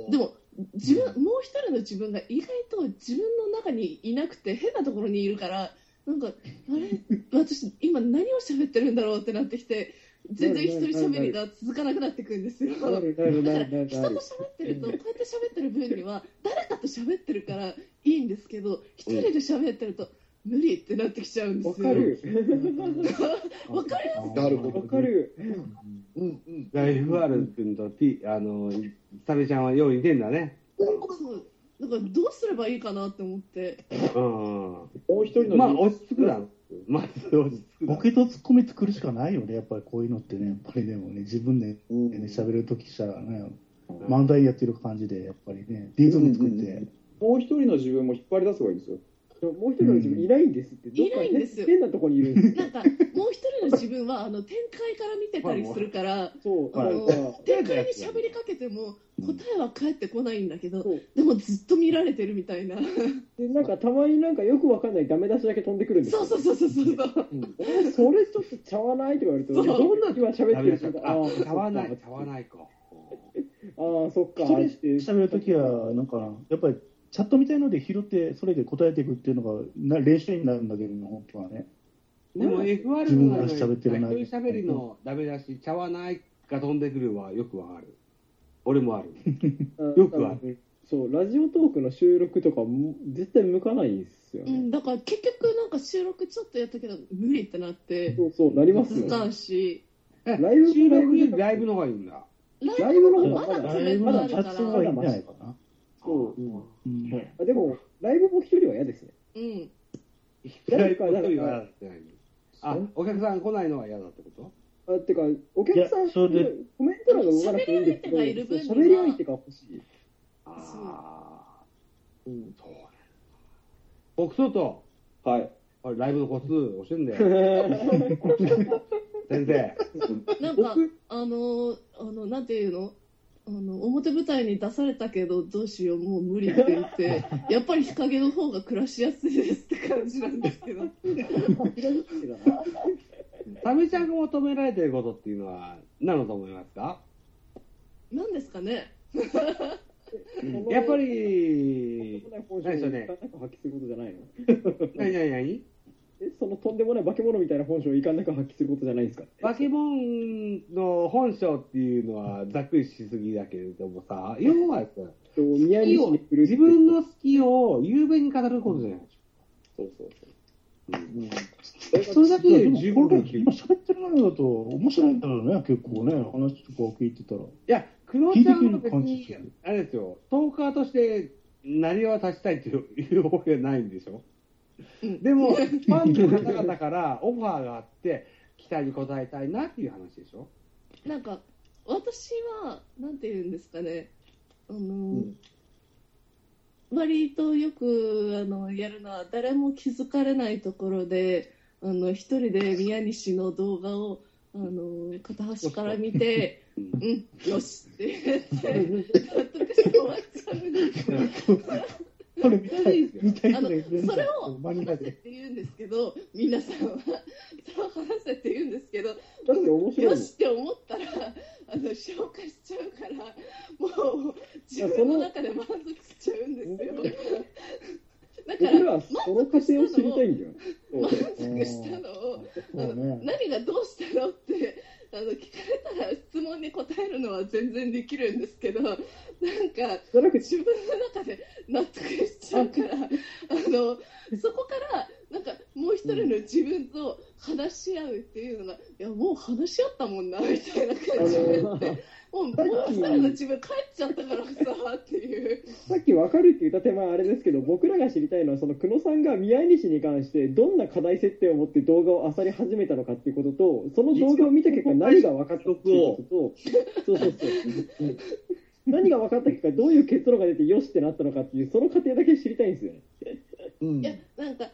D: ー
G: でも自分もう一人の自分が意外と自分の中にいなくて変なところにいるからなんかあ れ私今何を喋ってるんだろうってなってきて全然一人喋りが続かなくなってくるんですよ。
B: なるなるなるなる
G: 人と喋ってるとこうやって喋ってる分には誰かと喋ってるからいいんですけど一人で喋ってると無理ってなってきちゃうんで
B: わ
G: すよ。
B: かる。
G: わかる
D: なるほ
B: わかる。
D: うんうん。
A: だから FR 君と T、あの、サベちゃんはよう似てんだね。
G: そうだからどうすればいいかなって思って
A: うん。
F: もう一人の
A: まあ、落ち着くだろ。まず落ち着くだ
E: ボ
A: ろ。
E: ケとツッコミ作るしかないよね、やっぱりこういうのってね、やっぱりでもね、自分でね
D: うん
E: 喋、るときしたらね、漫才やってる感じで、やっぱりね、リズム作って、
F: もう一人の自分も引っ張り出せばいいんですよ。
B: でももう一人の自分いないんですって。どっか
G: いないんですよ
B: 変なとこにいるんです。
G: なんかもう一人の自分はあの展開から見てたりするから
B: そう。
G: あ
B: な
G: の
B: んか。
G: 展開に喋りかけても答えは返ってこないんだけど
B: そう
G: でもずっと見られてるみたいな
B: で、なんかたまになんかよくわかんないダメ出しだけ飛んでくるんです
G: そ
B: よ
G: うそうそうそうそう
B: お前それちょっとちゃわないとか言われて、
G: そう
B: どんな今喋
A: ダ
B: っ
A: メだ
B: てる
A: し
B: 人
A: あ、
B: ー
A: たわない、たわないか。
B: ああ、そっか。
E: 一人で喋るときは、なんか、やっぱりチャットみたいので拾って、それで答えていくっていうのがな練習になるんだけどね、本当はね。
A: でも FR
E: 自
A: 君
E: 分
A: は
E: が
A: 一人
E: 喋ってるな
A: 喋りのダメだし、ちゃわないが飛んでくるはよくわかる。俺もある。よくあ
B: る。そう、ラジオトークの収録とかも、絶対向かないんですよ
G: う
B: ね。
G: ん、だから結局なんか収録ちょっとやったけど無理ってなって
B: そうそう、なります
G: 続
B: よ
G: か
B: ね。
G: んし
A: え
B: ライブ
A: 収録よりライブの方がいいんだ。
G: ライブの方が
B: ライブの方が
E: だいぶな、
G: まだ詰めがある
E: チ
G: か
E: ャ
G: ら
E: ットがいいんじゃないかな。
B: そうう。
A: ん
E: うん
B: あでも、ライブも一人は嫌ですね。
G: うん
A: ライブの方が嫌だって何あ、お客さん来ないのは嫌だってこと
B: あてか、お客さ
E: い
B: ん、
E: やそれで
B: コメント欄が動かなくていいんですけど、
G: 喋り相手がいる分には
B: 喋り相手が欲しい。
A: ああ。そうなんだ。僕そうと、
F: はい。
A: あれライブの個数教えんだよ。先生。
G: なんかあのーあのなんていうのあの表舞台に出されたけどどうしようもう無理って言って やっぱり日陰の方が暮らしやすいですって感じなんですけど
A: サメちゃんが求められてることっていうのは何だと思いますか
G: なんですかね
A: やっぱ
B: り、
A: り
B: と、んでも
A: な
B: ないい
A: です
B: 本性
A: よ
B: を
A: ね
B: いかんなく発揮することじゃないの
A: 何何何
B: え、そのとんでもない化け物みたいな本性をいかんなく発揮することじゃないんですか
A: バケモンの本性っていうのはざっくりしすぎだけれどもさ、要はさ、
B: と宮
A: 好き
B: 西
A: を
B: に来るって
A: 自分の好きを雄弁に語ることじゃないでし
F: そうそうそう。
A: ょ。それだけで十
E: 十
A: 分
E: 分
A: 分
E: 今喋ってるのだと面白いんだろうね、結構ね、話とか聞いてたら。
A: いや、クロちゃんは別
E: 聞いて
A: に
E: くる感じ、
A: あれですよ、トーカーとして、何を立ちたいというわけじゃないんでしょ。で も、ファンの方々からオファーがあって、期待に応えたいなっていう話でしょ。
G: なんか私はなんていうんですかねあのー、割とよくあのやるのは誰も気づかれないところであの一人で宮西の動画をあの片端から見て「うんよし」って言って納得して終わっちゃうんですよ
E: これ見たい、見たい
G: あ
E: 人
G: の
E: がいるん
G: それ
E: だ
G: を
E: マニア
G: 話せっ
E: で。
G: て言うんですけど皆さんはそう話せって言うんですけど
B: だって面白いもん。
G: よしって思ったらあの消化しちゃうからもう自分の中で満足しちゃうんですよだか
B: 僕
G: ら
B: らはその過程を知りたいんだよ。
G: 満足したのをあ
E: そう
G: の
E: ね。
G: 何がどうしたのってあの聞かれたら質問に答えるのは全然できるんですけどなんか
B: じゃなくて、
G: 自分の中で納得しちゃうからあのそこからなんかもう一人の自分と話し合うっていうのが、いやもう話し合ったもんなみたいな感じになってもうもう一人の自分帰っちゃったからさっていう
B: さっき分かるって言った手前あれですけど、僕らが知りたいのは、その久野さんが宮西に関して、どんな課題設定を持って動画を漁り始めたのかっていうことと、その動画を見た結果、何が分かったっていうことと、そうそうそう。何が分かった結果、どういう結論が出て、よしってなったのかっていう、その過程だけ知りたいんですよね。
G: いやなんか家庭っ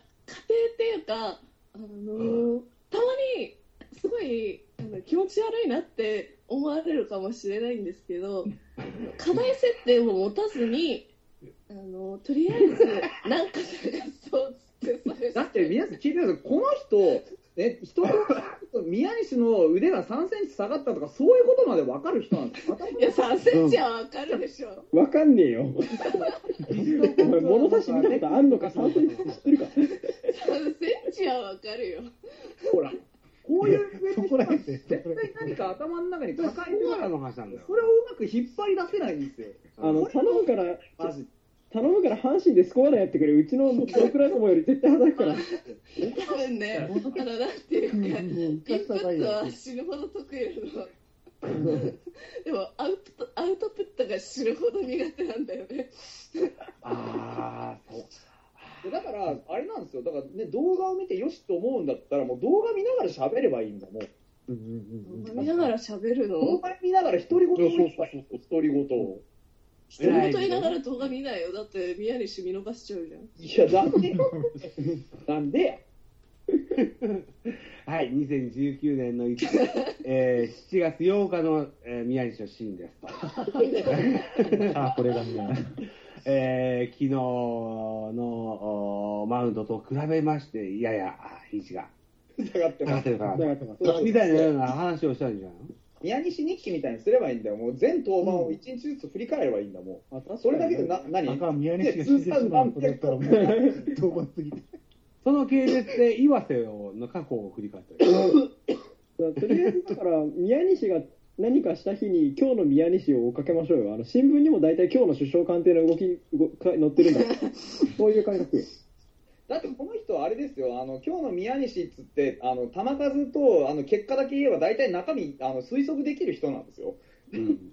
G: ていうかあのたまにすごいあの気持ち悪いなって思われるかもしれないんですけど課題設定を持たずにあのとりあえずなんか探そうっつってそれ
F: だって皆さん聞いてください。この人、ね、人の宮西の腕が3センチ下がったとか、そういうことまで分かる人なんですか
G: いや、3センチはわかるでしょ。
B: わかんねえ よ。お前、物差し見たことあんのか、3センチ知ってるか。
G: 3センチはわかるよ。
F: ほら、こういう上
E: そ
F: の
E: こ
F: 人
E: ら
F: は
E: 辺で
F: 絶対何か頭の中に抱えて
A: コア
F: る
A: ラの話なんだよ。
F: それをうまく引っ張り出せないんですよ。
B: あの、頼むから、
F: マジ
B: 頼むから阪神でスコアラやってくれ。うちの僕らのもより絶対働く から。
G: 多分ね、あの、なんていうか、インプットは死ぬほど得意なの。でもアウト、アウトプットが死ぬほど苦手なんだよね。
A: ああ、そう
F: でだから、あれなんですよ、だからね、動画を見てよしと思うんだったら、もう動画見ながら喋ればいいんだもん。
G: 見ながら喋るの
F: 動
G: も
F: 画見ながら独り言を言えばいいんですよ独り言を。
G: と言いながら動画見ないよ。だって、宮西見逃しちゃうじゃん。
F: いや、なんでなんでや
A: はい、2019年の1、え ー7月8日の、えー宮西のシーンですと。
C: あ、これがね。
A: えー昨日のおーマウントと比べまして、ややあー位置が
F: 下がって
A: 上が
F: ま
A: って
F: す。
A: るか
B: だ
A: な、
B: からだから
A: みたいなような話をしたんじゃない
F: 宮西日記みたいにすればいいんだよ。もう全登板を一日ずつ振り返ればいいんだも
B: あ確か
F: ん。
B: に
F: それだけでな、何
E: 赤は宮西が死んでしまうことだったら、もう、当番すぎて。
A: その系列で岩瀬の過去を振り返った り、
B: だからとりあえずだから、宮西が何かした日に、今日の宮西を追っかけましょうよ。あの新聞にも大体今日の首相官邸の動き、動か載ってる んだ。そういう感覚よ。
F: だってこの人はあれですよ、あの今日の宮西っつって、あの球数とあの結果だけ言えば、大体中身あの推測できる人なんですよ。
A: うんうん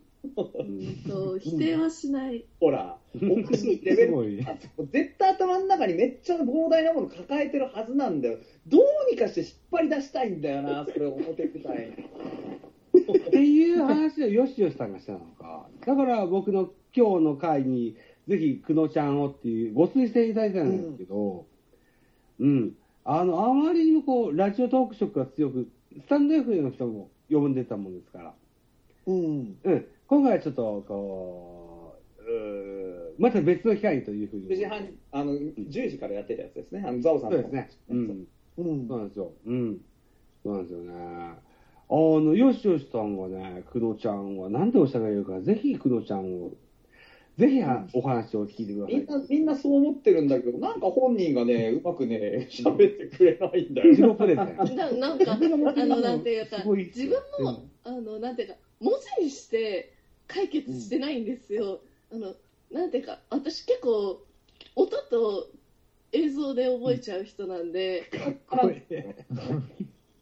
G: そう、否定はしない。
F: ほ ら、おかしいレベ
C: す
F: ル
C: ごい。
F: 絶対頭の中にめっちゃ膨大なもの抱えてるはずなんだよ。どうにかして引っ張り出したいんだよ な、それを表舞台に。
A: っていう話をよしよしさんがしたのか、だから僕の今日の回に、ぜひ久野ちゃんをっていう、ご推薦いただいたんですけど、うん、あのあまりにもこうラジオトーク色が強く、スタンド F の人も呼んでたもんですから、
H: うん。
A: うん、今回はちょっとこう、うーまた別の機会にというふうに、
F: 9時半、あの、10時からやってたやつですね。あの、ザオさ
A: そ
F: ん
A: う
F: の
A: ですね、うん、
H: うん
A: そう。なんですよ、うん、そうなんですよね。あの、よしよしさんがね、くのちゃんは、なんておっしゃられるか、ぜひくのちゃんを、ぜひあお話を聞いてくださ
F: みん
A: い。
F: な、みんなそう思ってるんだけど、なんか本人がね、うまくね、喋ってくれないんだよ。
A: 自己プレゼン。
G: ななんか、あの、なんていうか
E: すご、い
G: 自分も、あの、なんていうか、文字にして解決してないんですよ。あの、なんていうか、私結構、音と映像で覚えちゃう人なんで、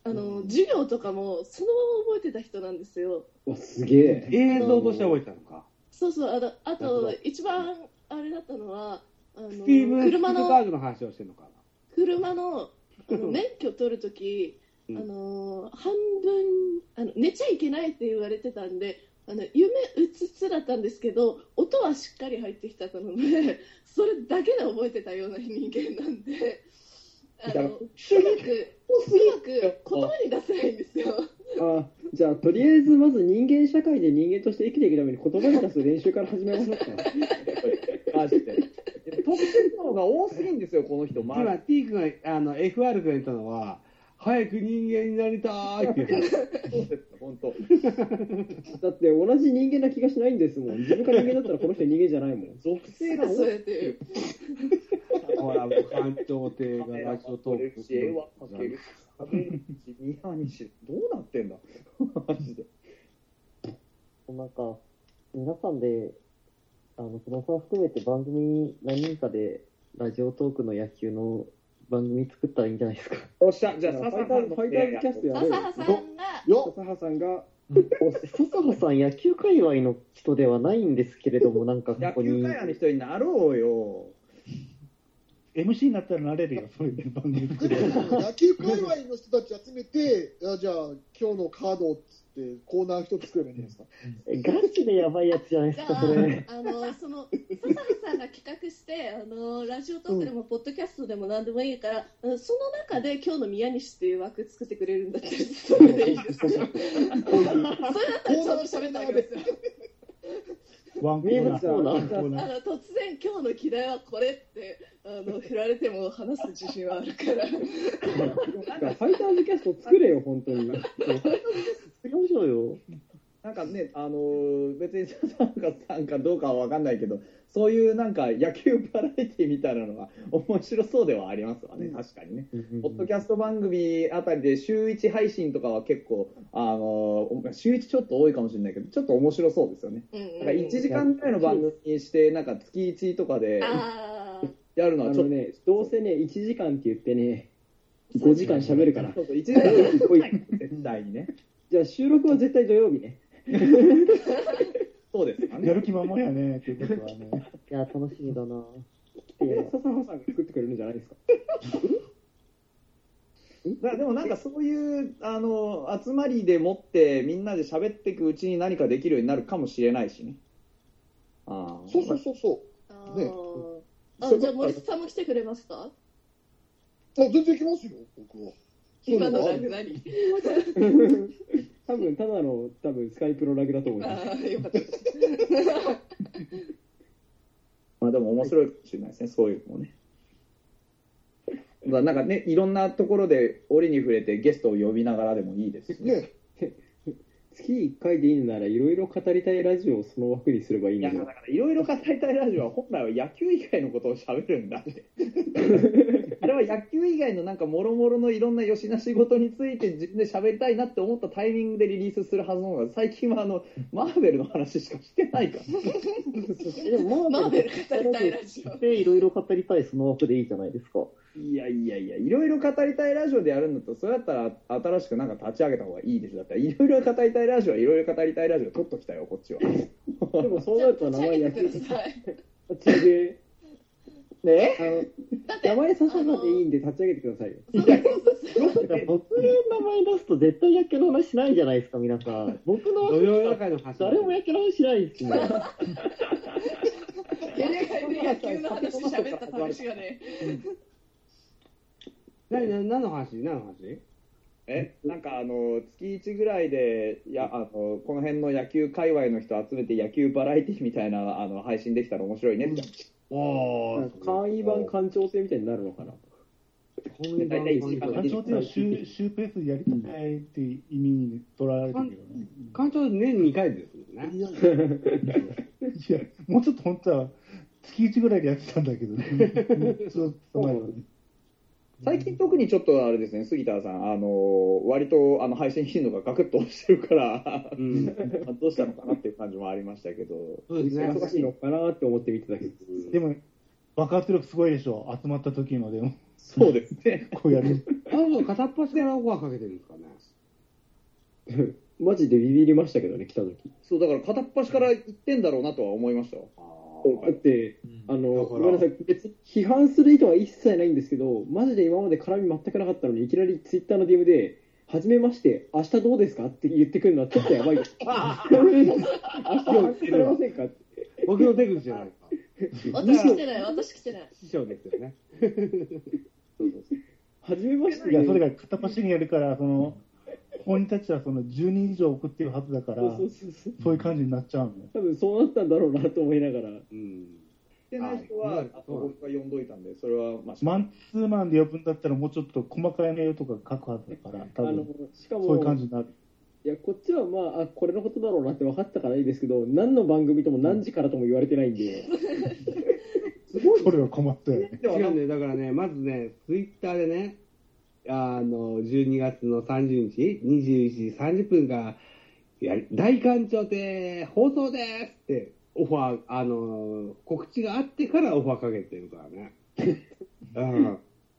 G: あの、授業とかもそのまま覚えてた人なんですよ。
B: わ、すげえ。
A: 映像として覚えてたのか。
G: そうそう、あの、あ
A: なるほど
G: と、一番、あれだったのは、あ
A: ス
G: の、
A: ティーブン・スピルバ
G: 車の、
A: ーグの話をしてるのか
G: 車の、あ の、免許取るとき、
A: な。
G: あ
A: うん
G: のー半分あの寝ちゃいけないって言われてたんであの夢うつつだったんですけど音はしっかり入ってきたので それだけで覚えてたような人間なんであ
F: いや
G: の うまくうまく言葉に出せないんですよ。
B: あじゃあ、とりあえずまず人間社会で人間として生きていくために言葉に出す練習から始めましょうか。
F: マジで。特殊能が多すぎんですよ、この人。ま
A: 今、T 君が、あの、FR 君が言ったのは、早く人間になりたーいって言ってた。
F: そうです、本当。
B: だって同じ人間な気がしないんですもん。自分が人間だったらこの人人間じゃないもん。
F: 属性が多
G: そう
F: す
G: やって
A: ほら、官庁邸がラジオトーク
F: ぎる。絵は描けるし、喋れるし、宮西、どうなってんだ。マジで。
I: なんか、皆さんで、あの、久野さん含めて番組何人かで、ラジオトークの野球の番組作ったらいいんじゃないですか。
F: おっしゃ、じゃあ、
B: フ
F: サ
B: ァイ
F: サ
B: タ
F: さ
B: ー
F: ん
B: ズ
F: の
B: ファイターズキャストやろうよ。
G: 笹さんが
D: よ
B: 笹葉さんが、
I: お笹葉さん、野球界隈の人ではないんですけれども、なんかこ
F: 野
I: こ
F: 球
I: に。
F: 界隈の人になろうよ。
E: MC になったらなれるよ、それで番組作
D: で
E: れば。
D: も野球界隈の人たち集めて、あじゃあ、今日のカードをつって、コーナー一つ作ればいいんじゃないですか。
I: えガチでやばいやつじゃない
G: じ
I: で
G: ゃ
I: す
G: あ
I: か、それ。
G: あのその笹野さんが企画してあのラジオトークでもポッドキャストでも何でもいいから、うんその中で今日の宮西っていう枠作ってくれるんだったらそれでいいですよ。それだったらちゃんと喋ったわけですよ。
E: ワンコーナー。
I: そうな
E: ワンコーナ ー
G: あの突然今日の議題はこれってあの、振られても話す自信はあるから。
B: ファイターズキャスト作れよ、本当に。
I: 作りましょうよ。
F: なんかね、あのー別にさんかさんかどうかは分かんないけど、そういうなんか野球バラエティみたいなのが面白そうではありますわね、確かにね。ポッドキャスト番組あたりで週1配信とかは結構、あのーお週1ちょっと多いかもしれないけど、ちょっと面白そうですよね。
G: うんうん
F: なんか1時間ぐらいの番組にして、なんか月1とかで
G: ああ。
F: やる
B: あ
F: のはちょ
B: の
F: っと、
B: ね、どうせね、1時間って言ってね、5時間喋るから。
F: そうそう1時間すごい、絶対にね。
B: じゃあ収録は絶対土曜日ね。
F: そうですかね
E: や。る気満々やね、ということはね。
I: いや、楽しみだな。
B: いや、笹野さんが作ってくれるんじゃないですか。
F: だからでもなんかそういうあの集まりでもってみんなで喋っていくうちに何かできるようになるかもしれないしね。ああ
D: そうそうそうそ
G: あ
D: ね
G: ーあじゃあ森さんも来てくれますか
D: う。あ全然来ますよ、僕は。そう
G: 今
D: な
G: の
D: の
G: ラグ何
B: 多分、ただの、多分、スカイプのラグだと思います。
G: ああ、よかったです。
F: まあでも面白いかもしれないですね、そういうのもね。まあなんかね、いろんなところで折に触れてゲストを呼びながらでもいいですしね。
D: ね。
B: 月1回でいいのなら、いろいろ語りたいラジオをその枠にすればいい
F: い
B: んだ
F: や
B: け
F: だからいろいろ語りたいラジオは本来は野球以外のことを喋るんだって。あれは野球以外のなんかもろもろのいろんなよしな仕事について自分で喋りたいなって思ったタイミングでリリースするはずなのが最近はあのマーベルの話しかしてないから。
I: えでも、
G: マ
I: マー
G: ーベ
I: ベ
G: ル
I: ル
G: 語りたいラジオ。
I: でいろいろ語りたいその枠でいいじゃないですか。
F: いやいやいや、いろいろ語りたいラジオでやるんだと、それだったら新しくなんか立ち上げた方がいいです。だったらいろいろ語りたいラジオはいろいろ語りたいラジオ取っときたよ、こっちは。
B: ど。でも、そう
G: じ
B: な
G: ゃあ
B: ると名前
G: 立ち上げ
B: 野
G: て
B: 球
G: ください。
B: 立ち上げ、
F: ね
B: あの、
G: だって、
B: 名前笹野さんでいいんで立ち上げてくださいよ。
I: だから僕の名前出すと絶対野球の話しないじゃないですか、皆さん。僕の
A: 土曜夜中の話。
I: 誰も野球の話しないです もん。
G: やりがいで野球の話喋った試しがね。
A: 何、何何の話何の話
F: えなんかあの月1ぐらいでやあのこの辺の野球界隈の人集めて野球バラエティみたいなあの配信できたら面白いねって、
A: お
B: なんか簡易版官庁制みたいになるのかな。
A: 簡易版
F: 大体一時間
E: 団長っていうのは週、週ペースでやりたいっていう意味に取られて るけどね。
A: 館長年2回ですもんね。
E: いや、もうちょっと本当は、月1ぐらいでやってたんだけどね。ちょっと前まで
F: 最近特にちょっとあれですね杉田さんあの割とあの配信頻度がガクッと落ちてるから
A: うん。
F: どうしたのかなっていう感じもありましたけど
A: そうですね。
B: 忙しいのかなって思って見てたけど。
E: でも、爆発力すごいでしょ。集まった時のでも、
F: そうですね
E: こうやる。
A: あの人片っ端からオファーかけてるんですかね。
B: マジでビビりましたけどね、来た時。
F: そうだから片っ端から言ってんだろうなとは思いましたよ
B: だって、あの、
A: だか
B: ご
A: ら
B: めんなさい、別に批判する意図は一切ないんですけど、マジで今まで絡み全くなかったのに、いきなりツイッターの DM で、はじめまして、明日どうですかって言ってくるのはちょっとやばいです。明日参加さ れませんかって
A: 僕の手口じゃないですか。
G: 私来てない、私来てない。
A: 師匠ですよね。
B: はじめまして、
E: いや、それが片っ端にやるから、そ の、本人たちはその10人以上送ってるはずだから、
B: そうそうそうそう。
E: そういう感じになっちゃうのよ。
B: 多分そうなったんだろうなと思いながら。
A: うん。
F: 言ってない人は、
A: はい
F: あの僕が呼んどいたんでそれはまあ
E: マンツーマンで呼ぶんだったら、もうちょっと細かい内容とか書くはずだから、
B: あ
E: 多
B: の
E: 分、
B: しか
E: そういう感じ
B: も、
E: になる。
B: いや、こっちはまあ、あ、これのことだろうなって分かったからいいですけど、何の番組とも何時からとも言われてないん で、
E: それは困ったよね。
F: では
A: 違
F: な
A: うん
F: か
A: だよ。だからね、まずね、ツイッターでね、あの、12月の30日、21時30分から、いや大館長で放送ですって、オファー、あの、告知があってからオファーかけてるから ね。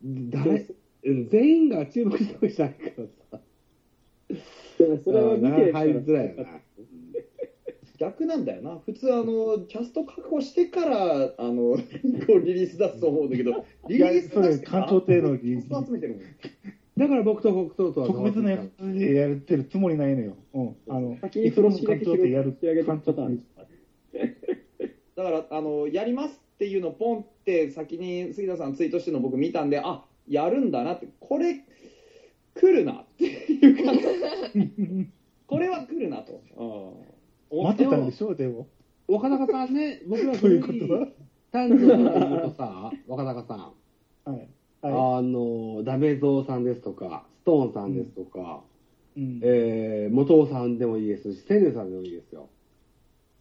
A: うん。誰、うん全員が注目してほしくないからさ。
B: だからそれは見てる人
A: 入りづらいよ
B: か
A: ね。
F: 逆なんだよな普通あのキャスト確保してからあのこうリリース出すと思うんだけどリ
E: い
F: リ
E: や
F: ース出、
E: それ、
F: してから
E: 関東程度
F: キャ
E: に
F: スト集めてるもん
A: だから僕と北東とは
E: 特別なやつでやってるつもりないのよ。うん。あの、
B: 先に風呂敷だ
E: 関
B: け
E: 東
B: 広
E: で
B: げ
E: やる
B: てあげて
E: 関
B: パター
E: 東
B: ン
E: で。
F: だからあのやりますっていうのをポンって先に杉田さんツイートしてるの僕見たんであやるんだなってこれ来るなっていう感じ これは来るなとああ思
E: 待
F: って
E: ってたんでしょ、でも。
A: 岡中さんね、僕ら
E: そういうことは
A: 丹野さんで言うとさ、若隆さん、
E: はい。は
A: あの、ダメゾウさんですとか、ストーンさんですとか、
E: い。うん。
A: えー、元尾さんでもいいですし、千年さんでもいいですよ。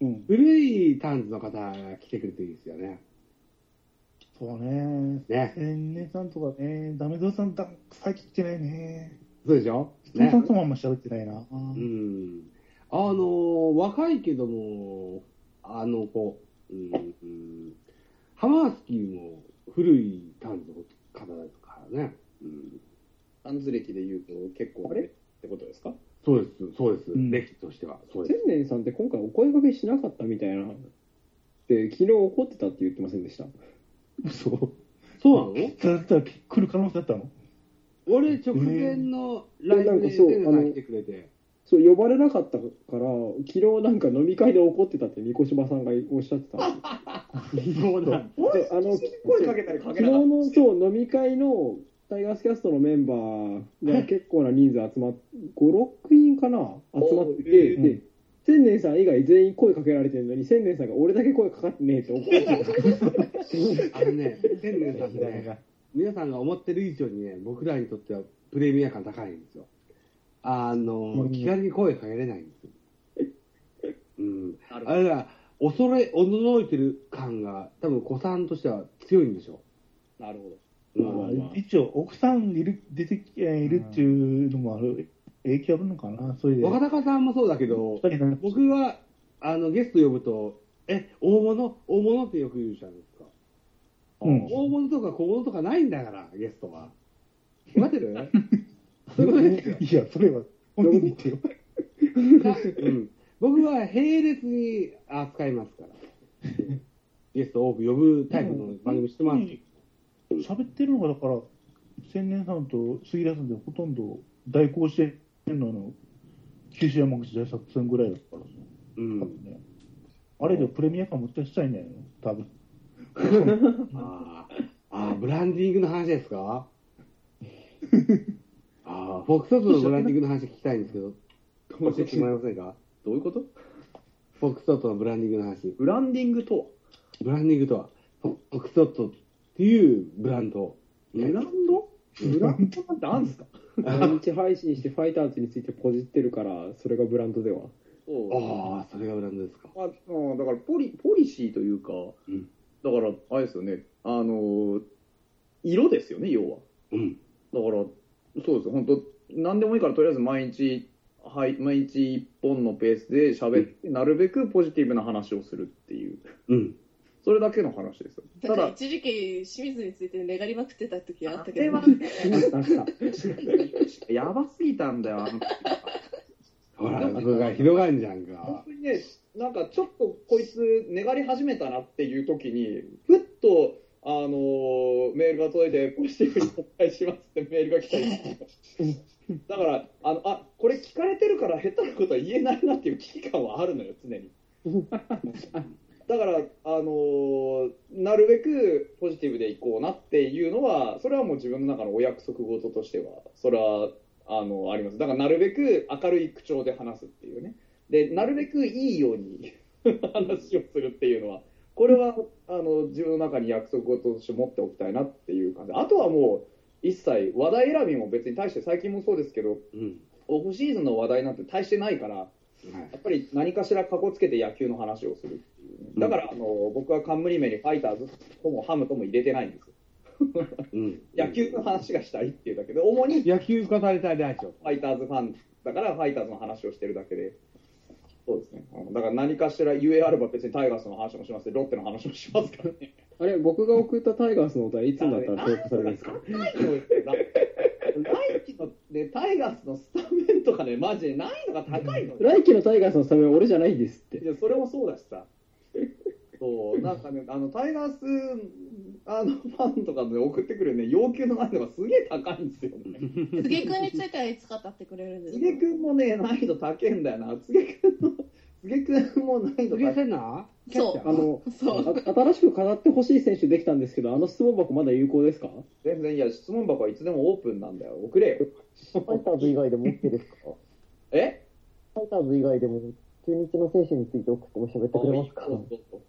E: うん。
A: 古いタンズの方が来てくれていいですよね。
E: そうね。
A: ね。
E: 千年さんとかね、ダメゾウさん、だ最近来てないね。
A: そうでしょ
E: ね、さ
A: ね
E: ん。ともあんま喋ってないな。
A: うん。あの、若いけども、あの、こう、うん、うん、ハマースキーも古いタンズの方だからね。うん。
F: アンズ歴で言うと結構
B: あれ
F: ってことですか
A: そうです、そうです。
E: うん
A: 歴史としては。そうで
B: 千
A: す。
B: 年さんって今回お声掛けしなかったみたいな。で、昨日怒ってたって言ってませんでした。
E: そう。
A: そうなの
E: だったら来る可能性あったの
A: 俺、直前のライブで千年さん来てくれて。
B: そう、呼ばれなかったから、昨日なんか飲み会で怒ってたって三越島さんがおっしゃってた。
A: そうなん
B: そうあの、
F: 声かけたりか
B: 昨
F: け
B: 日
F: なかっ
B: のそう飲み会のタイガースキャストのメンバーが結構な人数集まって、5、6人かな、集まって、
F: え
B: で、千年さん以外全員声かけられてるのに、千年さんが俺だけ声かかってねえって怒ってた。
A: あのね、千年さんね、皆さんが思ってる以上にね、僕らにとってはプレミア感高いんですよ。あの、
E: うん
A: 気軽に声かけれないんですよ。 うん。
F: た。
A: あれら、恐れ、おののいてる感が、多分、子さんとしては強いんでしょ
F: なるほど。
A: う。う
E: まあ
A: ん。
C: まあ
E: 一応、奥さんいる出てきえーいるっていうのもある、影響あるのかな、それで。
A: 若隆さんもそうだけど、
E: 二人が
A: 僕は、あの、ゲスト呼ぶと、え、大物大物ってよく言うじゃないですか。
E: うん
A: 大物とか小物とかないんだから、ゲスト は。待ってるそういうことですよ。
E: いや、それは、本人に言ってよ。
A: うん僕は並列に扱いますから。ゲストを多く呼ぶタイプの番組してます。
E: 喋ってるのが、だから、千年さんと杉田さんでほとんど代行してるのの、九州山口大作戦ぐらいだからさ、
A: うん
E: 多分ね。あれでプレミア感もっちゃしたいんだよ、多分。
A: あーあー、ブランディングの話ですかああ、フォックストロットのブランディングの話聞きたいんですけど、教えてもらえませんか
F: どういうこと
A: フォックストロットのブランディングの話。
F: ブランディングとは
A: ブランディングとは、フォックストロットっていうブランド。
F: ブランドブランドなんてあんすか
B: 毎日配信してファイターズについてポジってるから、それがブランドでは。
A: ああ、それがブランドですか。
F: あうんだからポリポリシーというか、
A: うん
F: だからあれですよねあの色ですよね要は
A: うん。
F: だからそうですよ本当何でもいいからとりあえず毎日はい毎日一本のペースで喋って、なるべくポジティブな話をするっていう
A: うん。
F: それだけの話ですよ
G: だ
F: た
G: から
F: だ
G: 一時期清水についてねがりまくってた時あったけ
F: あれ
G: ど
F: は
G: ね、
F: やばすぎたんだよあの
A: ほら、それが広がんじゃんか
F: 本。当にね、なんかちょっとこいつ、願り始めたなっていう時に、ふっと、あのーメールが届いて、ポジティブにお願いしますって メールが来たりだからあのあ、これ聞かれてるから、下手なことは言えないなっていう危機感はあるのよ、常に。だから、あのーなるべくポジティブでいこうなっていうのは、それはもう自分の中のお約束事としては、それはあのあります。だから、なるべく明るい口調で話すっていうね。でなるべくいいように 話をするっていうのはこれはあの自分の中に約束事として持っておきたいなっていう感じあとはもう一切話題選びも別に対して最近もそうですけど
A: うん。
F: オフシーズンの話題なんて大してないから
A: はい
F: やっぱり何かしらかこつけて野球の話をするっていうね、だからあの僕は冠名にファイターズともハムとも入れてないんですよ
A: うん
F: 野球の話がしたいっていうだけで主に
A: 野球語りたいでしょ。
F: ファイターズファンだから、ファイターズの話をしてるだけで、そうですね、うんだから何かしら、ゆえあれば別にタイガースの話もしますし、ロッテの話もしますからね。
B: あれ、僕が送ったタイガースのお題、いつになったら評価されるんですか
F: ないのよな来季の、ね、タイガースのスタメンとかね、マジで難易度が高いのよ。
B: 来季のタイガースのスタメンは俺じゃないんですって
F: い。やそれもそうだしさ。そうなんかね、あのタイガースあのファンとかで送ってくるね、要求の難易度がすげえ高いんですよ ね。
G: つげくんについてはいつ語ってくれるんです
F: 柘植君もね、難易度高いんだよな。柘植君の、柘植君も難易
A: す
F: 度高
A: げえ
F: い。
A: せんな
G: そう
B: あ の、
G: そう
B: あ新しく飾ってほしい選手できたんですけど、あの質問箱まだ有効ですか
F: 全然いや質問箱はいつでもオープンなんだよ送れよ
I: ファイターズ以外でも OK ですか
F: え
I: ファイターズ以外でも、中日の選手について送っても喋ってくれますか
F: そうそうそう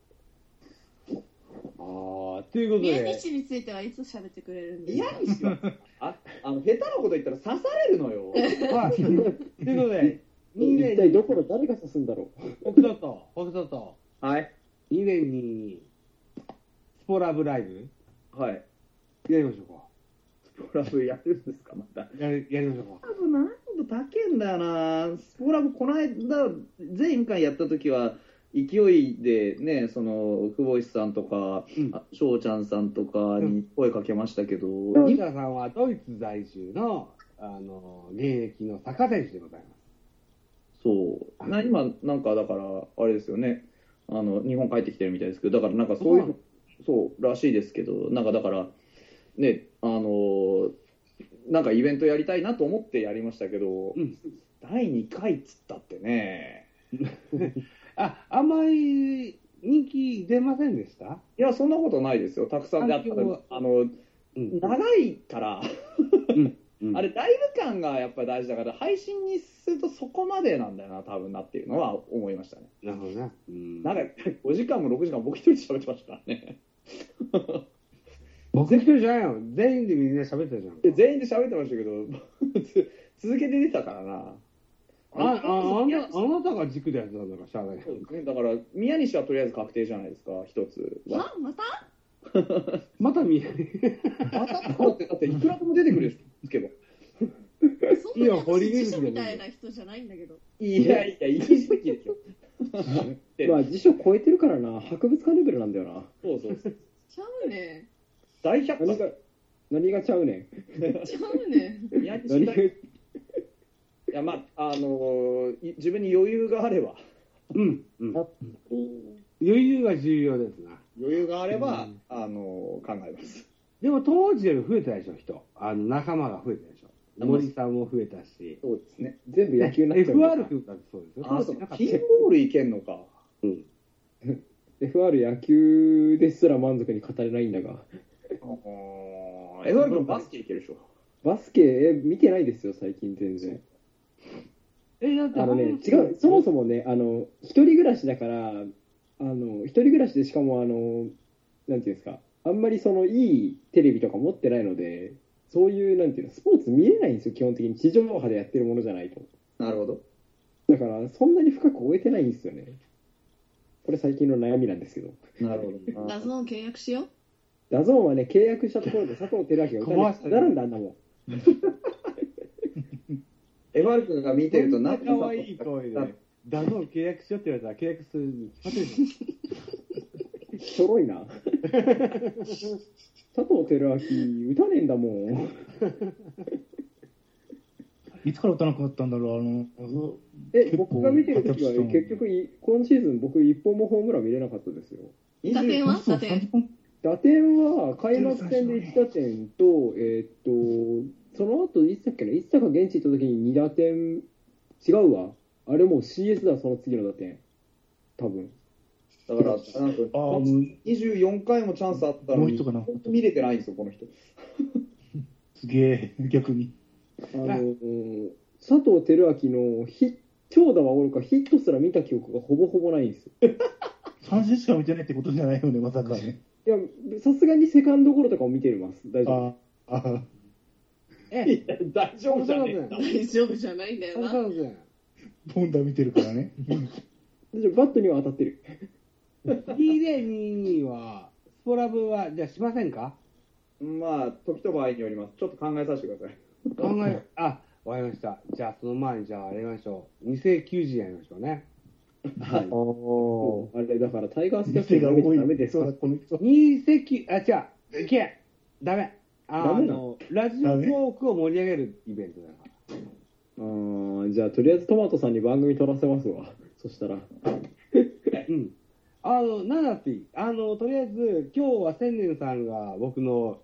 A: ああ、ということ
G: 宮
A: で、
G: 西についてはいつ喋ってくれるんです
F: 嫌
G: か
F: にしよう。あ、あの、下手なこと言ったら刺されるのよ。
A: はい。ということで、2
B: 一体
A: 年に
B: どこの誰が指すんだろ
A: 北斗と、北斗と、
F: はい。
A: 2年に、スポラブライブ
F: はい。
A: やりましょうか。
F: スポラブやるんですか、また。
A: やりやりましょうか。
F: スポラブ難易度高いんだよな。スポラブ、この間、前回やった時は、勢いでね、その、久保石さんとか、
A: うん
F: あ翔ちゃんさんとかに声かけましたけど、
A: ロ
F: い
A: シアさんはドイツ在住の、あの、現役のサッカー選手でございます。
F: そう。な今、なんかだから、あれですよね。あの、日本帰ってきてるみたいですけど、だからなんかそういう、そう、らしいですけど、なんかだから、ね、あのーなんかイベントやりたいなと思ってやりましたけど、
A: うん
F: 第2回っつったってね、
A: あ、あんまり人気出ませんでした
F: いや、そんなことないですよ。たくさんであったら
A: 環境は
F: あの、
A: うん。
F: 長いから、
A: うん
F: あれ、ライブ感がやっぱり大事だから、配信にするとそこまでなんだよな、多分なっていうのは思いましたね。
A: なるほどな。うん
F: なんか、5時間も6時間も僕一人で喋ってましたからね。
A: 僕一人じゃないよ。全員でみんな喋ってたじゃん。
F: いや全員で喋ってましたけど、 つ続けて出たからな。
A: ああああなあなたが軸でやってたんだからしゃあない
F: そうですね、だから、宮西はとりあえず確定じゃないですか、一つは。
G: あまた
A: また見え
F: だって、だっていくらでも出てくるけど。
G: そ
A: いい
G: んな
A: よ
G: なんか
A: 堀口
G: 師
A: で
G: 匠
A: もいい
G: み
A: よ
G: たいな人じゃないんだけど。
F: いやいや、いい時期ですよ。
B: う。まあ、辞書超えてるからな、博物館レベルなんだよな。
F: そうそうそう。
G: ちゃうね
F: 大百
B: 何
F: 科
B: が、何がちゃうね
G: ん。ちゃうねん。
F: 宮
B: ん。何
F: 西
B: が
F: 大、いや、まあ、あのーい自分に余裕があれば、
A: うん、うん。余裕が重要ですな。
F: 余裕があれば、あのー考えます。
A: でも当時より増えたでしょ、人。あの仲間が増えたでしょ。森さんも増えたし。
F: そうですね。
B: 全部野球になっちゃう。
A: FR 君だってそうですよ。
F: あ、
A: 当
F: そ
A: 時
F: う
A: なか、った
F: キンボールいけんのか。
B: FR 野球ですら満足に語れないんだが。
F: エドワルドバスケいけるでしょ。
B: バスケ、え見てないですよ、最近全然。
A: え、だって
B: あのね、違う、そもそもね、あの、一人暮らしだから、あの、一人暮らしでしかも、あの、なんていうんですか、あんまりその、いいテレビとか持ってないので、そういう、なんていうの、スポーツ見れないんですよ、基本的に。地上波でやってるものじゃないと。
F: なるほど。
B: だから、そんなに深く終えてないんですよね。これ最近の悩みなんですけど。
F: なるほどな
G: ダゾーン契約しよう。
B: ダゾーンはね、契約したところで佐藤輝明が打たれてなるんだ、あんなもん。
F: エバル君が見てると、
A: な
F: なん
A: か可愛い声で、ダゾーン契約しようって言われたら契約するに決まってるじゃん。
B: ちょろいな。佐藤輝明、打たねえんだもん。
E: いつから打たなくなったんだろう、あの、
B: え
E: 結構
B: 僕が見てる時は
E: 活躍したの
B: 結局い、今シーズン僕、一本もホームラン見れなかったですよ。
G: 打点は打点。
E: 30本
B: 打点は開幕戦で1打点と、えーっと、その後いつだっけな、いつだか現地行った時に2打点、違うわ、あれもう CS だ、その次の打点、多分
F: だから、なんか、
E: ああ、もう、
F: 24回もチャンスあったら、
E: もう一個かな
F: 本当見れてないんですよ、この人。
E: すげえ、逆に。
B: あの佐藤輝明のヒ長打はおるか、ヒットすら見た記憶がほぼほぼないんですよ。
E: 三振しか見てないってことじゃないよね、まさかね。
B: いや、さすがにセカンドゴロとかも見てます、大丈夫。
E: ああ、あ
A: え、
F: 大丈夫じゃねえか。
G: 大丈夫じゃないんだよ
A: 北
G: な。
A: 斗君。
E: ボンダ見てるからね。
B: 大丈夫バットには当たってる。
A: 2022は、スポラブは、じゃあしませんか
F: まあ、時と場合によります。ちょっと考えさせてください。
A: 考え、あ、わかりました。じゃあその前に、じゃあやりましょう。2090やりましょうね。
I: あー
B: あれだからタイガースキャステ
E: 店
B: ィ
E: が
B: ング
E: 多い。
B: ダメです
E: そう
B: か
E: だ、この人。
A: 2090、あ、違う。いけダメ。あ
B: ダメな
A: の、ラジオトークを盛り上げるイベントだから。
B: あーじゃあとりあえずトマトさんに番組撮らせますわそしたら
A: うん。あの、なんだっていい。あの、とりあえず、今日は千年さんが僕の